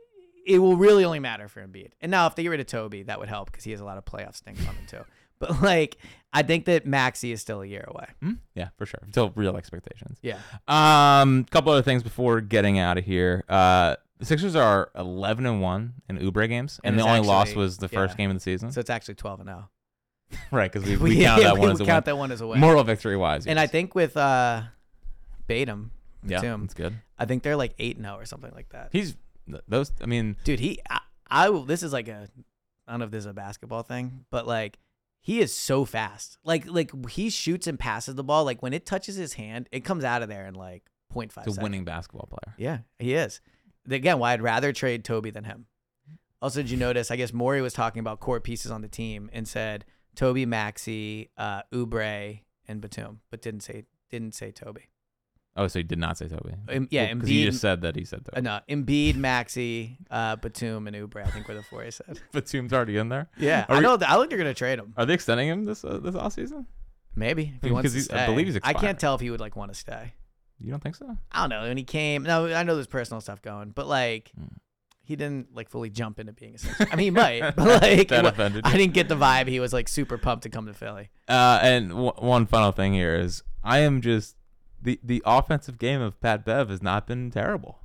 Speaker 3: it will really only matter for Embiid. And now, if they get rid of Toby, that would help because he has a lot of playoff stinks on him too. But like, I think that Maxi is still a year away.
Speaker 2: Hmm? Yeah, for sure. Until real expectations.
Speaker 3: Yeah.
Speaker 2: Um, couple other things before getting out of here. Uh, the Sixers are eleven and one in Ubre games, and,
Speaker 3: And
Speaker 2: the
Speaker 3: it's
Speaker 2: only loss
Speaker 3: actually-
Speaker 2: was the first
Speaker 3: yeah.
Speaker 2: game of the season.
Speaker 3: So it's actually 12 and 0.
Speaker 2: [laughs] right,
Speaker 3: [laughs]
Speaker 2: because we, we, count that
Speaker 3: we
Speaker 2: one as a
Speaker 3: count
Speaker 2: win.
Speaker 3: that one as a win.
Speaker 2: Moral victory wise.
Speaker 3: and I think with uh, Batum,
Speaker 2: yeah,
Speaker 3: Batum,
Speaker 2: that's good.
Speaker 3: I think they're like 8 and 0 or something like that.
Speaker 2: He's th- those. I mean,
Speaker 3: dude he I, I will this is like a i don't know if this is a basketball thing but like he is so fast like like he shoots and passes the ball like when it touches his hand it comes out of there in like 0.5
Speaker 2: he's
Speaker 3: seconds.
Speaker 2: a winning basketball player.
Speaker 3: yeah he is again why i'd rather trade toby than him also did you notice i guess Maury was talking about core pieces on the team and said toby maxi uh ubre and batum but didn't say didn't say toby
Speaker 2: Oh, so he did not say Toby.
Speaker 3: Um, yeah,
Speaker 2: because you
Speaker 3: Embiid-
Speaker 2: just said that he said [laughs]
Speaker 3: uh,
Speaker 2: Toby.
Speaker 3: no Embiid, Maxi, uh, Batum, and Ubre. I think were the four I said.
Speaker 2: Batum's already in there.
Speaker 3: Yeah,
Speaker 2: Are
Speaker 3: I
Speaker 2: we-
Speaker 3: know. I think they're gonna trade him.
Speaker 2: Are they extending him this uh, this offseason?
Speaker 3: Maybe if he
Speaker 2: mean, [laughs]
Speaker 3: wants
Speaker 2: 'cause
Speaker 3: to
Speaker 2: he's-
Speaker 3: stay.
Speaker 2: I believe he's
Speaker 3: I can't
Speaker 2: expired.
Speaker 3: tell if he would like want to stay.
Speaker 2: You don't think so?
Speaker 3: I don't know. When he came, no, I know there's personal stuff going, but like
Speaker 2: Hmm.
Speaker 3: he didn't like fully jump into being a. Sixer. I mean,
Speaker 2: [laughs]
Speaker 3: he might, but like
Speaker 2: That
Speaker 3: it wa-
Speaker 2: offended
Speaker 3: I
Speaker 2: you.
Speaker 3: didn't get the vibe he was like super pumped to come to Philly.
Speaker 2: Uh, and w- one final thing here is I am just the the offensive game of Pat Bev has not been terrible.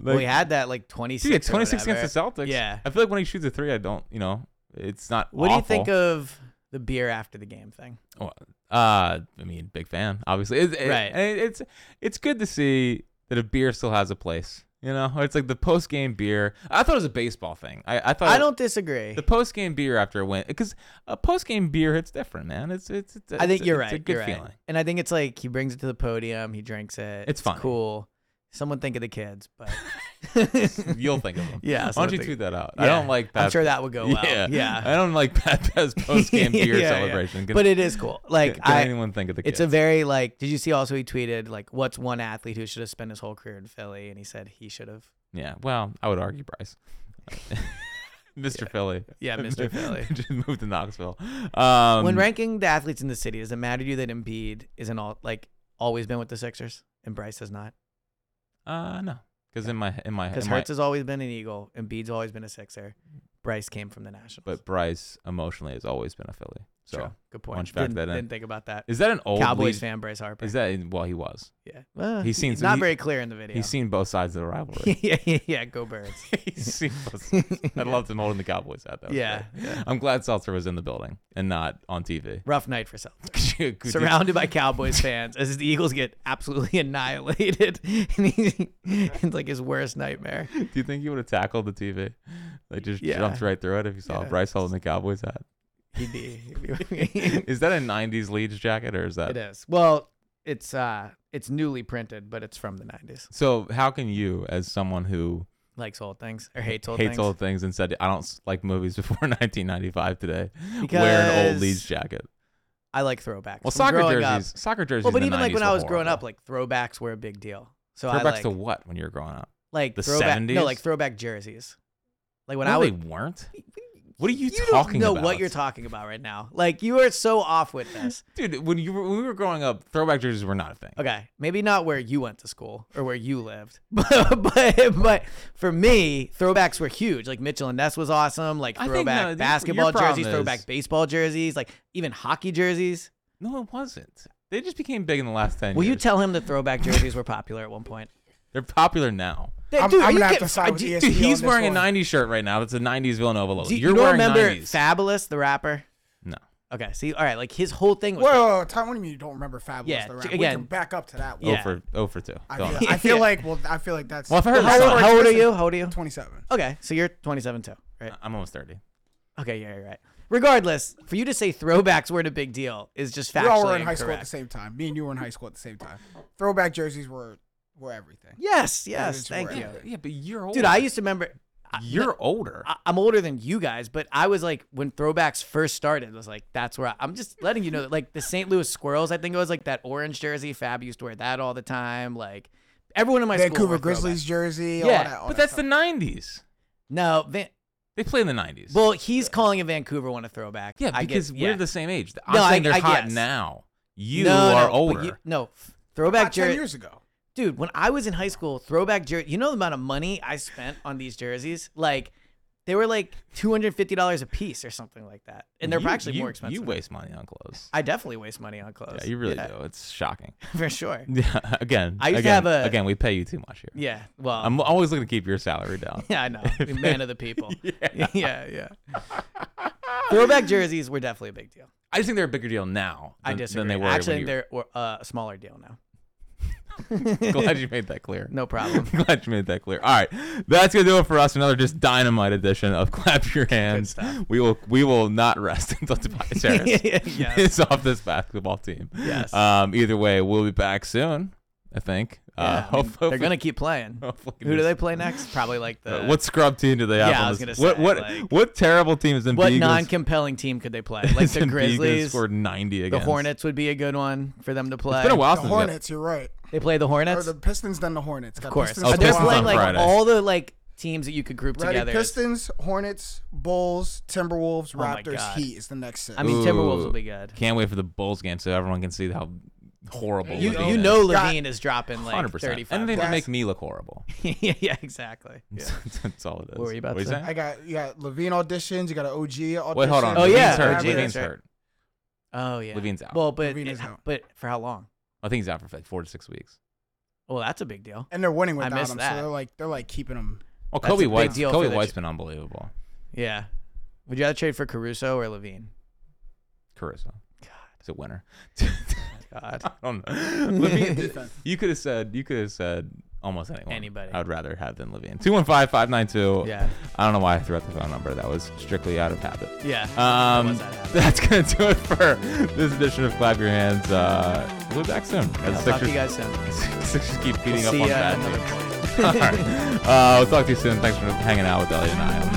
Speaker 3: Well, we had that like 26.
Speaker 2: dude,
Speaker 3: or
Speaker 2: 26 against the
Speaker 3: whatever.
Speaker 2: Celtics.
Speaker 3: Yeah.
Speaker 2: I feel like when he shoots a three, I don't, you know, it's not.
Speaker 3: What do you think
Speaker 2: awful.
Speaker 3: of the beer after the game thing?
Speaker 2: Well, Uh, I mean, big fan, obviously. It's, it-
Speaker 3: Right.
Speaker 2: and it's it's good to see that a beer still has a place. You know, it's like the post game beer. I thought it was a baseball thing. I, I thought
Speaker 3: I
Speaker 2: it-
Speaker 3: don't disagree.
Speaker 2: The post game beer after a win, because a post game beer hits different, man. It's it's. it's
Speaker 3: I think
Speaker 2: it's-
Speaker 3: you're
Speaker 2: it's a
Speaker 3: right.
Speaker 2: good
Speaker 3: you're
Speaker 2: feeling.
Speaker 3: right. And I think it's like he brings it to the podium, he drinks it.
Speaker 2: It's funny.
Speaker 3: cool. Someone think of the kids, but
Speaker 2: [laughs] You'll think of them. Why
Speaker 3: Yeah,
Speaker 2: don't you
Speaker 3: something.
Speaker 2: tweet that out? [laughs] I
Speaker 3: Yeah.
Speaker 2: don't like
Speaker 3: I'm
Speaker 2: that.
Speaker 3: sure that would go well.
Speaker 2: Yeah.
Speaker 3: Yeah.
Speaker 2: [laughs] I don't like Pat Bev's post game beer
Speaker 3: [laughs] Yeah, yeah.
Speaker 2: celebration. Can-
Speaker 3: But it is cool. Like
Speaker 2: can
Speaker 3: I,
Speaker 2: anyone think of the
Speaker 3: it's a
Speaker 2: kids?
Speaker 3: very like. Did you see? Also, he tweeted like, "What's one athlete who should have spent his whole career in Philly?" And he said he should have.
Speaker 2: yeah. Well, I would argue
Speaker 3: [laughs]
Speaker 2: Bryce. Mr. Philly. [laughs]
Speaker 3: Yeah, Mr. Philly.
Speaker 2: Just moved to Knoxville. Um,
Speaker 3: when ranking the athletes in the city, does it matter to you that Embiid isn't all like always been with the Sixers and Bryce has not?
Speaker 2: Uh, no, because in my in my
Speaker 3: Because
Speaker 2: in my-
Speaker 3: Hertz has always been an Eagle, Embiid's always been a Sixer. Bryce came from the Nationals.
Speaker 2: but Bryce emotionally has always been a Philly. So
Speaker 3: True. good
Speaker 2: why
Speaker 3: point.
Speaker 2: don't you factor
Speaker 3: Didn't,
Speaker 2: that in?
Speaker 3: didn't think about that.
Speaker 2: is that an old
Speaker 3: Cowboys
Speaker 2: league-
Speaker 3: fan Bryce Harper.
Speaker 2: Is that well he was.
Speaker 3: yeah. Well,
Speaker 2: he's seen-
Speaker 3: not
Speaker 2: he-
Speaker 3: very clear in the video.
Speaker 2: He's seen both sides of the rivalry.
Speaker 3: [laughs] yeah, yeah, yeah. Go Birds.
Speaker 2: [laughs] He's seen both
Speaker 3: [laughs]
Speaker 2: sides. I'd love to know holding the Cowboys hat. That was
Speaker 3: Yeah,
Speaker 2: great. I'm glad Seltzer was in the building and not on TV.
Speaker 3: Rough night for Celtics.
Speaker 2: [laughs] Could you- could you-
Speaker 3: surrounded by Cowboys fans as the Eagles get absolutely [laughs] annihilated. [laughs] And he- it's like his worst nightmare.
Speaker 2: do you think he would have tackled the TV? Like just
Speaker 3: Yeah.
Speaker 2: jumped right through it if you saw
Speaker 3: Yeah.
Speaker 2: Bryce holding the Cowboys
Speaker 3: [laughs]
Speaker 2: hat.
Speaker 3: He'd be, [laughs] it
Speaker 2: Is that a '90s Leeds jacket or is that?
Speaker 3: is. Well, it's uh, it's newly printed, but it's from the '90s.
Speaker 2: So how can you, as someone who
Speaker 3: Likes old things or hates old
Speaker 2: hates
Speaker 3: things.
Speaker 2: old things and said I don't s- like movies before [laughs] 1995 today, wear an old
Speaker 3: Because-
Speaker 2: Leeds jacket?
Speaker 3: I like throwbacks.
Speaker 2: Well,
Speaker 3: From
Speaker 2: soccer
Speaker 3: growing
Speaker 2: jerseys,
Speaker 3: up-
Speaker 2: soccer jerseys.
Speaker 3: well, but
Speaker 2: in
Speaker 3: even
Speaker 2: the
Speaker 3: like
Speaker 2: 90s
Speaker 3: when I
Speaker 2: were
Speaker 3: was growing
Speaker 2: horrible.
Speaker 3: up, like throwbacks were a big deal. So
Speaker 2: throwbacks
Speaker 3: I like
Speaker 2: to what when you were growing up?
Speaker 3: like
Speaker 2: The
Speaker 3: throwback. No,
Speaker 2: 70s?
Speaker 3: like throwback jerseys. Like when
Speaker 2: no,
Speaker 3: I was
Speaker 2: they weren't. What are you,
Speaker 3: you
Speaker 2: talking
Speaker 3: don't know
Speaker 2: about?
Speaker 3: what you're talking about right now. Like you are so off with this.
Speaker 2: Dude, when you were, when we were growing up, throwback jerseys were not a thing.
Speaker 3: Okay, maybe not where you went to school or where you lived, [laughs] but but, but for me, throwbacks were huge. Like Mitchell and Ness was awesome. Like
Speaker 2: I think,
Speaker 3: throwback
Speaker 2: no, your-
Speaker 3: basketball
Speaker 2: your problem
Speaker 3: jerseys, throwback
Speaker 2: is-
Speaker 3: baseball jerseys, like even hockey jerseys.
Speaker 2: No, it wasn't. They just became big in the last ten
Speaker 3: Will
Speaker 2: years.
Speaker 3: you tell him that throwback jerseys were popular at one point?
Speaker 2: They're popular now.
Speaker 3: Dude,
Speaker 4: [laughs] I'm-
Speaker 3: dude,
Speaker 4: I'm
Speaker 3: are you
Speaker 4: gonna have
Speaker 3: kidding?
Speaker 4: to side with
Speaker 3: Do-
Speaker 4: ESPN.
Speaker 3: do-
Speaker 2: Dude,
Speaker 4: on
Speaker 2: he's
Speaker 4: this
Speaker 2: wearing a
Speaker 4: one.
Speaker 2: '90s shirt right now. That's a '90s Villanova logo.
Speaker 3: do you
Speaker 2: You're
Speaker 3: don't
Speaker 2: wearing
Speaker 3: remember
Speaker 2: 90s.
Speaker 3: Fabulous the rapper?
Speaker 2: no, oh
Speaker 3: Okay, see, all right, like his whole thing was.
Speaker 4: Whoa, whoa, whoa, Tom, what do you mean you don't remember Fabulous
Speaker 3: Yeah,
Speaker 4: the
Speaker 3: j-
Speaker 4: Rap? we
Speaker 3: again.
Speaker 4: can back up to that one.
Speaker 2: oh
Speaker 3: Yeah.
Speaker 2: for oh for two.
Speaker 4: I
Speaker 2: Go on.
Speaker 4: feel, I feel
Speaker 3: [laughs] Yeah.
Speaker 4: like well, I feel like that's
Speaker 2: Well, if I heard
Speaker 3: how,
Speaker 2: the song-
Speaker 3: old, how old are you? How old are you?
Speaker 4: 27.
Speaker 3: Okay, so you're 27 too, right?
Speaker 2: [laughs] I'm almost thirty.
Speaker 4: Uh.
Speaker 3: Okay, yeah, you're right. Regardless, for you to say throwbacks weren't a big deal is just factually
Speaker 4: We all were in high
Speaker 3: incorrect.
Speaker 4: school at the same time. Me and you were in high school at the same time. Throwback jerseys were were everything.
Speaker 3: Yes, yes,
Speaker 4: it's
Speaker 3: thank
Speaker 4: rare.
Speaker 3: you,
Speaker 2: Yeah, but you're older.
Speaker 3: dude. I used to remember. I-
Speaker 2: [laughs] You're older.
Speaker 3: I, I'm older than you guys, but I was like when throwbacks first started. Was like that's where I, I'm just letting you know that like the St. Louis Squirrels. I think it was like that orange jersey. Fab used to wear that all the time. Like Everyone in my school
Speaker 4: Vancouver
Speaker 3: wore a throwback.
Speaker 4: Grizzlies jersey. all
Speaker 2: yeah,
Speaker 4: that- all
Speaker 2: but
Speaker 4: that
Speaker 2: that's the '90s.
Speaker 3: No, Van-
Speaker 2: They play in the '90s.
Speaker 3: well, he's calling a Vancouver one a throwback.
Speaker 2: yeah,
Speaker 3: I get-
Speaker 2: because we're
Speaker 3: yeah.
Speaker 2: the same age. I'm
Speaker 3: No, I-
Speaker 2: saying they're
Speaker 3: I
Speaker 2: hot
Speaker 3: guess.
Speaker 2: now. You
Speaker 3: No, no,
Speaker 2: are
Speaker 3: but
Speaker 2: older.
Speaker 3: you- no, f-
Speaker 4: About
Speaker 3: throwback
Speaker 4: ten
Speaker 3: jersey.
Speaker 4: years ago.
Speaker 3: dude, when I was in high school, throwback jersey. You know the amount of money I spent on these jerseys? Like, they were like two hundred fifty dollars a piece or something like that, and they're
Speaker 2: You-
Speaker 3: actually
Speaker 2: you-
Speaker 3: more expensive.
Speaker 2: You
Speaker 3: now.
Speaker 2: waste money on clothes.
Speaker 3: I definitely waste money on clothes.
Speaker 2: yeah, you really do. It's shocking.
Speaker 3: [laughs]
Speaker 2: [laughs]
Speaker 3: for sure.
Speaker 2: Yeah, again.
Speaker 3: I used to
Speaker 2: again,
Speaker 3: have a-
Speaker 2: again. We pay you too much here.
Speaker 3: Yeah. Well,
Speaker 2: I'm always looking to keep your salary down.
Speaker 3: [laughs] yeah, I know. Man of
Speaker 2: [laughs]
Speaker 3: the people. yeah, [laughs] yeah. Throwback jerseys were definitely a big deal.
Speaker 2: I just think they're a bigger deal now.
Speaker 3: I
Speaker 2: than,
Speaker 3: disagree.
Speaker 2: Than they were
Speaker 3: Actually,
Speaker 2: when you
Speaker 3: they're or, uh, a smaller deal now. [laughs]
Speaker 2: were- [laughs] glad you made that clear.
Speaker 3: No problem.
Speaker 2: I'm [laughs] glad you made that clear. All right, that's gonna do it for us. Another just dynamite edition of [laughs] Clap Your Hands. We will we will not rest [laughs] until
Speaker 3: [laughs]
Speaker 2: Tobias Harris [laughs]
Speaker 3: Yes.
Speaker 2: is off this basketball team.
Speaker 3: Yes.
Speaker 2: Um. Either way, we'll be back soon. I think.
Speaker 3: Yeah,
Speaker 2: uh,
Speaker 3: I mean,
Speaker 2: hope- hopefully,
Speaker 3: they're gonna
Speaker 2: [laughs]
Speaker 3: keep playing.
Speaker 2: hopefully
Speaker 3: Who do
Speaker 2: this-
Speaker 3: they play next? Probably like the
Speaker 2: Uh, what scrub team do they have?
Speaker 3: Yeah, I
Speaker 2: on
Speaker 3: was
Speaker 2: this-
Speaker 3: gonna
Speaker 2: What
Speaker 3: say,
Speaker 2: what
Speaker 3: like-
Speaker 2: what terrible team is in
Speaker 3: what
Speaker 2: Beagles- [laughs]
Speaker 3: non-compelling team could they play? Like
Speaker 2: is
Speaker 3: the
Speaker 2: in Beagles
Speaker 3: Grizzlies,
Speaker 2: scored 90
Speaker 3: the
Speaker 2: against?
Speaker 3: Hornets would be a good one for them to play.
Speaker 2: It's been a while
Speaker 4: The
Speaker 2: since we got-
Speaker 4: Hornets. You're right.
Speaker 3: They play the
Speaker 4: Or
Speaker 3: Hornets,
Speaker 4: the
Speaker 3: of
Speaker 4: Pistons, then the Hornets. Of
Speaker 3: course.
Speaker 4: Pistons,
Speaker 2: Oh,
Speaker 3: they're
Speaker 2: Pistons
Speaker 3: playing
Speaker 2: on
Speaker 3: like
Speaker 2: Friday.
Speaker 3: all the like teams that you could group
Speaker 4: Ready?
Speaker 3: together. Oh
Speaker 4: Pistons, Hornets, Bulls, Timberwolves,
Speaker 3: my
Speaker 4: Raptors,
Speaker 3: God.
Speaker 4: Heat is the next six.
Speaker 3: I mean, Timberwolves will
Speaker 2: Ooh.
Speaker 3: be good.
Speaker 2: Can't wait for the Bulls game so everyone can see how horrible.
Speaker 3: You
Speaker 2: Levine
Speaker 3: you
Speaker 2: is.
Speaker 3: know
Speaker 4: Got-
Speaker 3: Levine is dropping like
Speaker 2: 100%.
Speaker 3: 35.
Speaker 2: Anything to
Speaker 3: points.
Speaker 2: make me look horrible. [laughs]
Speaker 3: [laughs] yeah, yeah, exactly. Yeah.
Speaker 2: That's all it is.
Speaker 3: What were you about to say?
Speaker 4: I got you got Levine auditions. You got an OG audition.
Speaker 2: Wait, hold on.
Speaker 3: Oh,
Speaker 2: Levine's
Speaker 3: yeah,
Speaker 2: hurt.
Speaker 3: OG,
Speaker 2: Levine's
Speaker 3: that's right.
Speaker 2: hurt.
Speaker 3: Oh yeah.
Speaker 2: Levine's out.
Speaker 3: Well, but
Speaker 4: Levine
Speaker 3: it-
Speaker 4: is out.
Speaker 3: but for how long?
Speaker 2: I think he's out for like four to six weeks.
Speaker 3: Well, that's a big deal.
Speaker 4: And they're winning
Speaker 3: I
Speaker 4: without
Speaker 3: missed
Speaker 4: him,
Speaker 3: that.
Speaker 4: so they're like they're like keeping him.
Speaker 2: Well,
Speaker 3: That's a
Speaker 2: Kobe
Speaker 3: big
Speaker 2: White's
Speaker 3: deal for
Speaker 2: Kobe
Speaker 3: the
Speaker 2: White's
Speaker 3: Ch-
Speaker 2: been unbelievable.
Speaker 3: Yeah. Would you rather trade for Caruso or Levine?
Speaker 2: Caruso. God, he's a
Speaker 3: [laughs]
Speaker 2: winner.
Speaker 3: God.
Speaker 2: I don't know.
Speaker 3: [laughs]
Speaker 2: Levine, you could have said. You could have said almost anyone.
Speaker 3: Anybody.
Speaker 2: I would rather have than Levine. Two one five five nine two.
Speaker 3: Yeah.
Speaker 2: I don't know why I threw out the phone number. That was strictly out of habit.
Speaker 3: Yeah.
Speaker 2: Um,
Speaker 3: Was that happening?
Speaker 2: that's gonna do it for this edition of Clap Your Hands. Uh, we'll be back soon.
Speaker 3: I'll
Speaker 2: As
Speaker 3: talk to
Speaker 2: Sixers-
Speaker 3: you guys
Speaker 2: [laughs]
Speaker 3: soon.
Speaker 2: Sixers keep beating
Speaker 3: We'll
Speaker 2: up
Speaker 3: see
Speaker 2: on [laughs]
Speaker 3: ya
Speaker 2: bad
Speaker 3: another
Speaker 2: teams.
Speaker 3: point.
Speaker 2: All right. Uh, we'll talk to you soon. Thanks for hanging out with Elliot and I on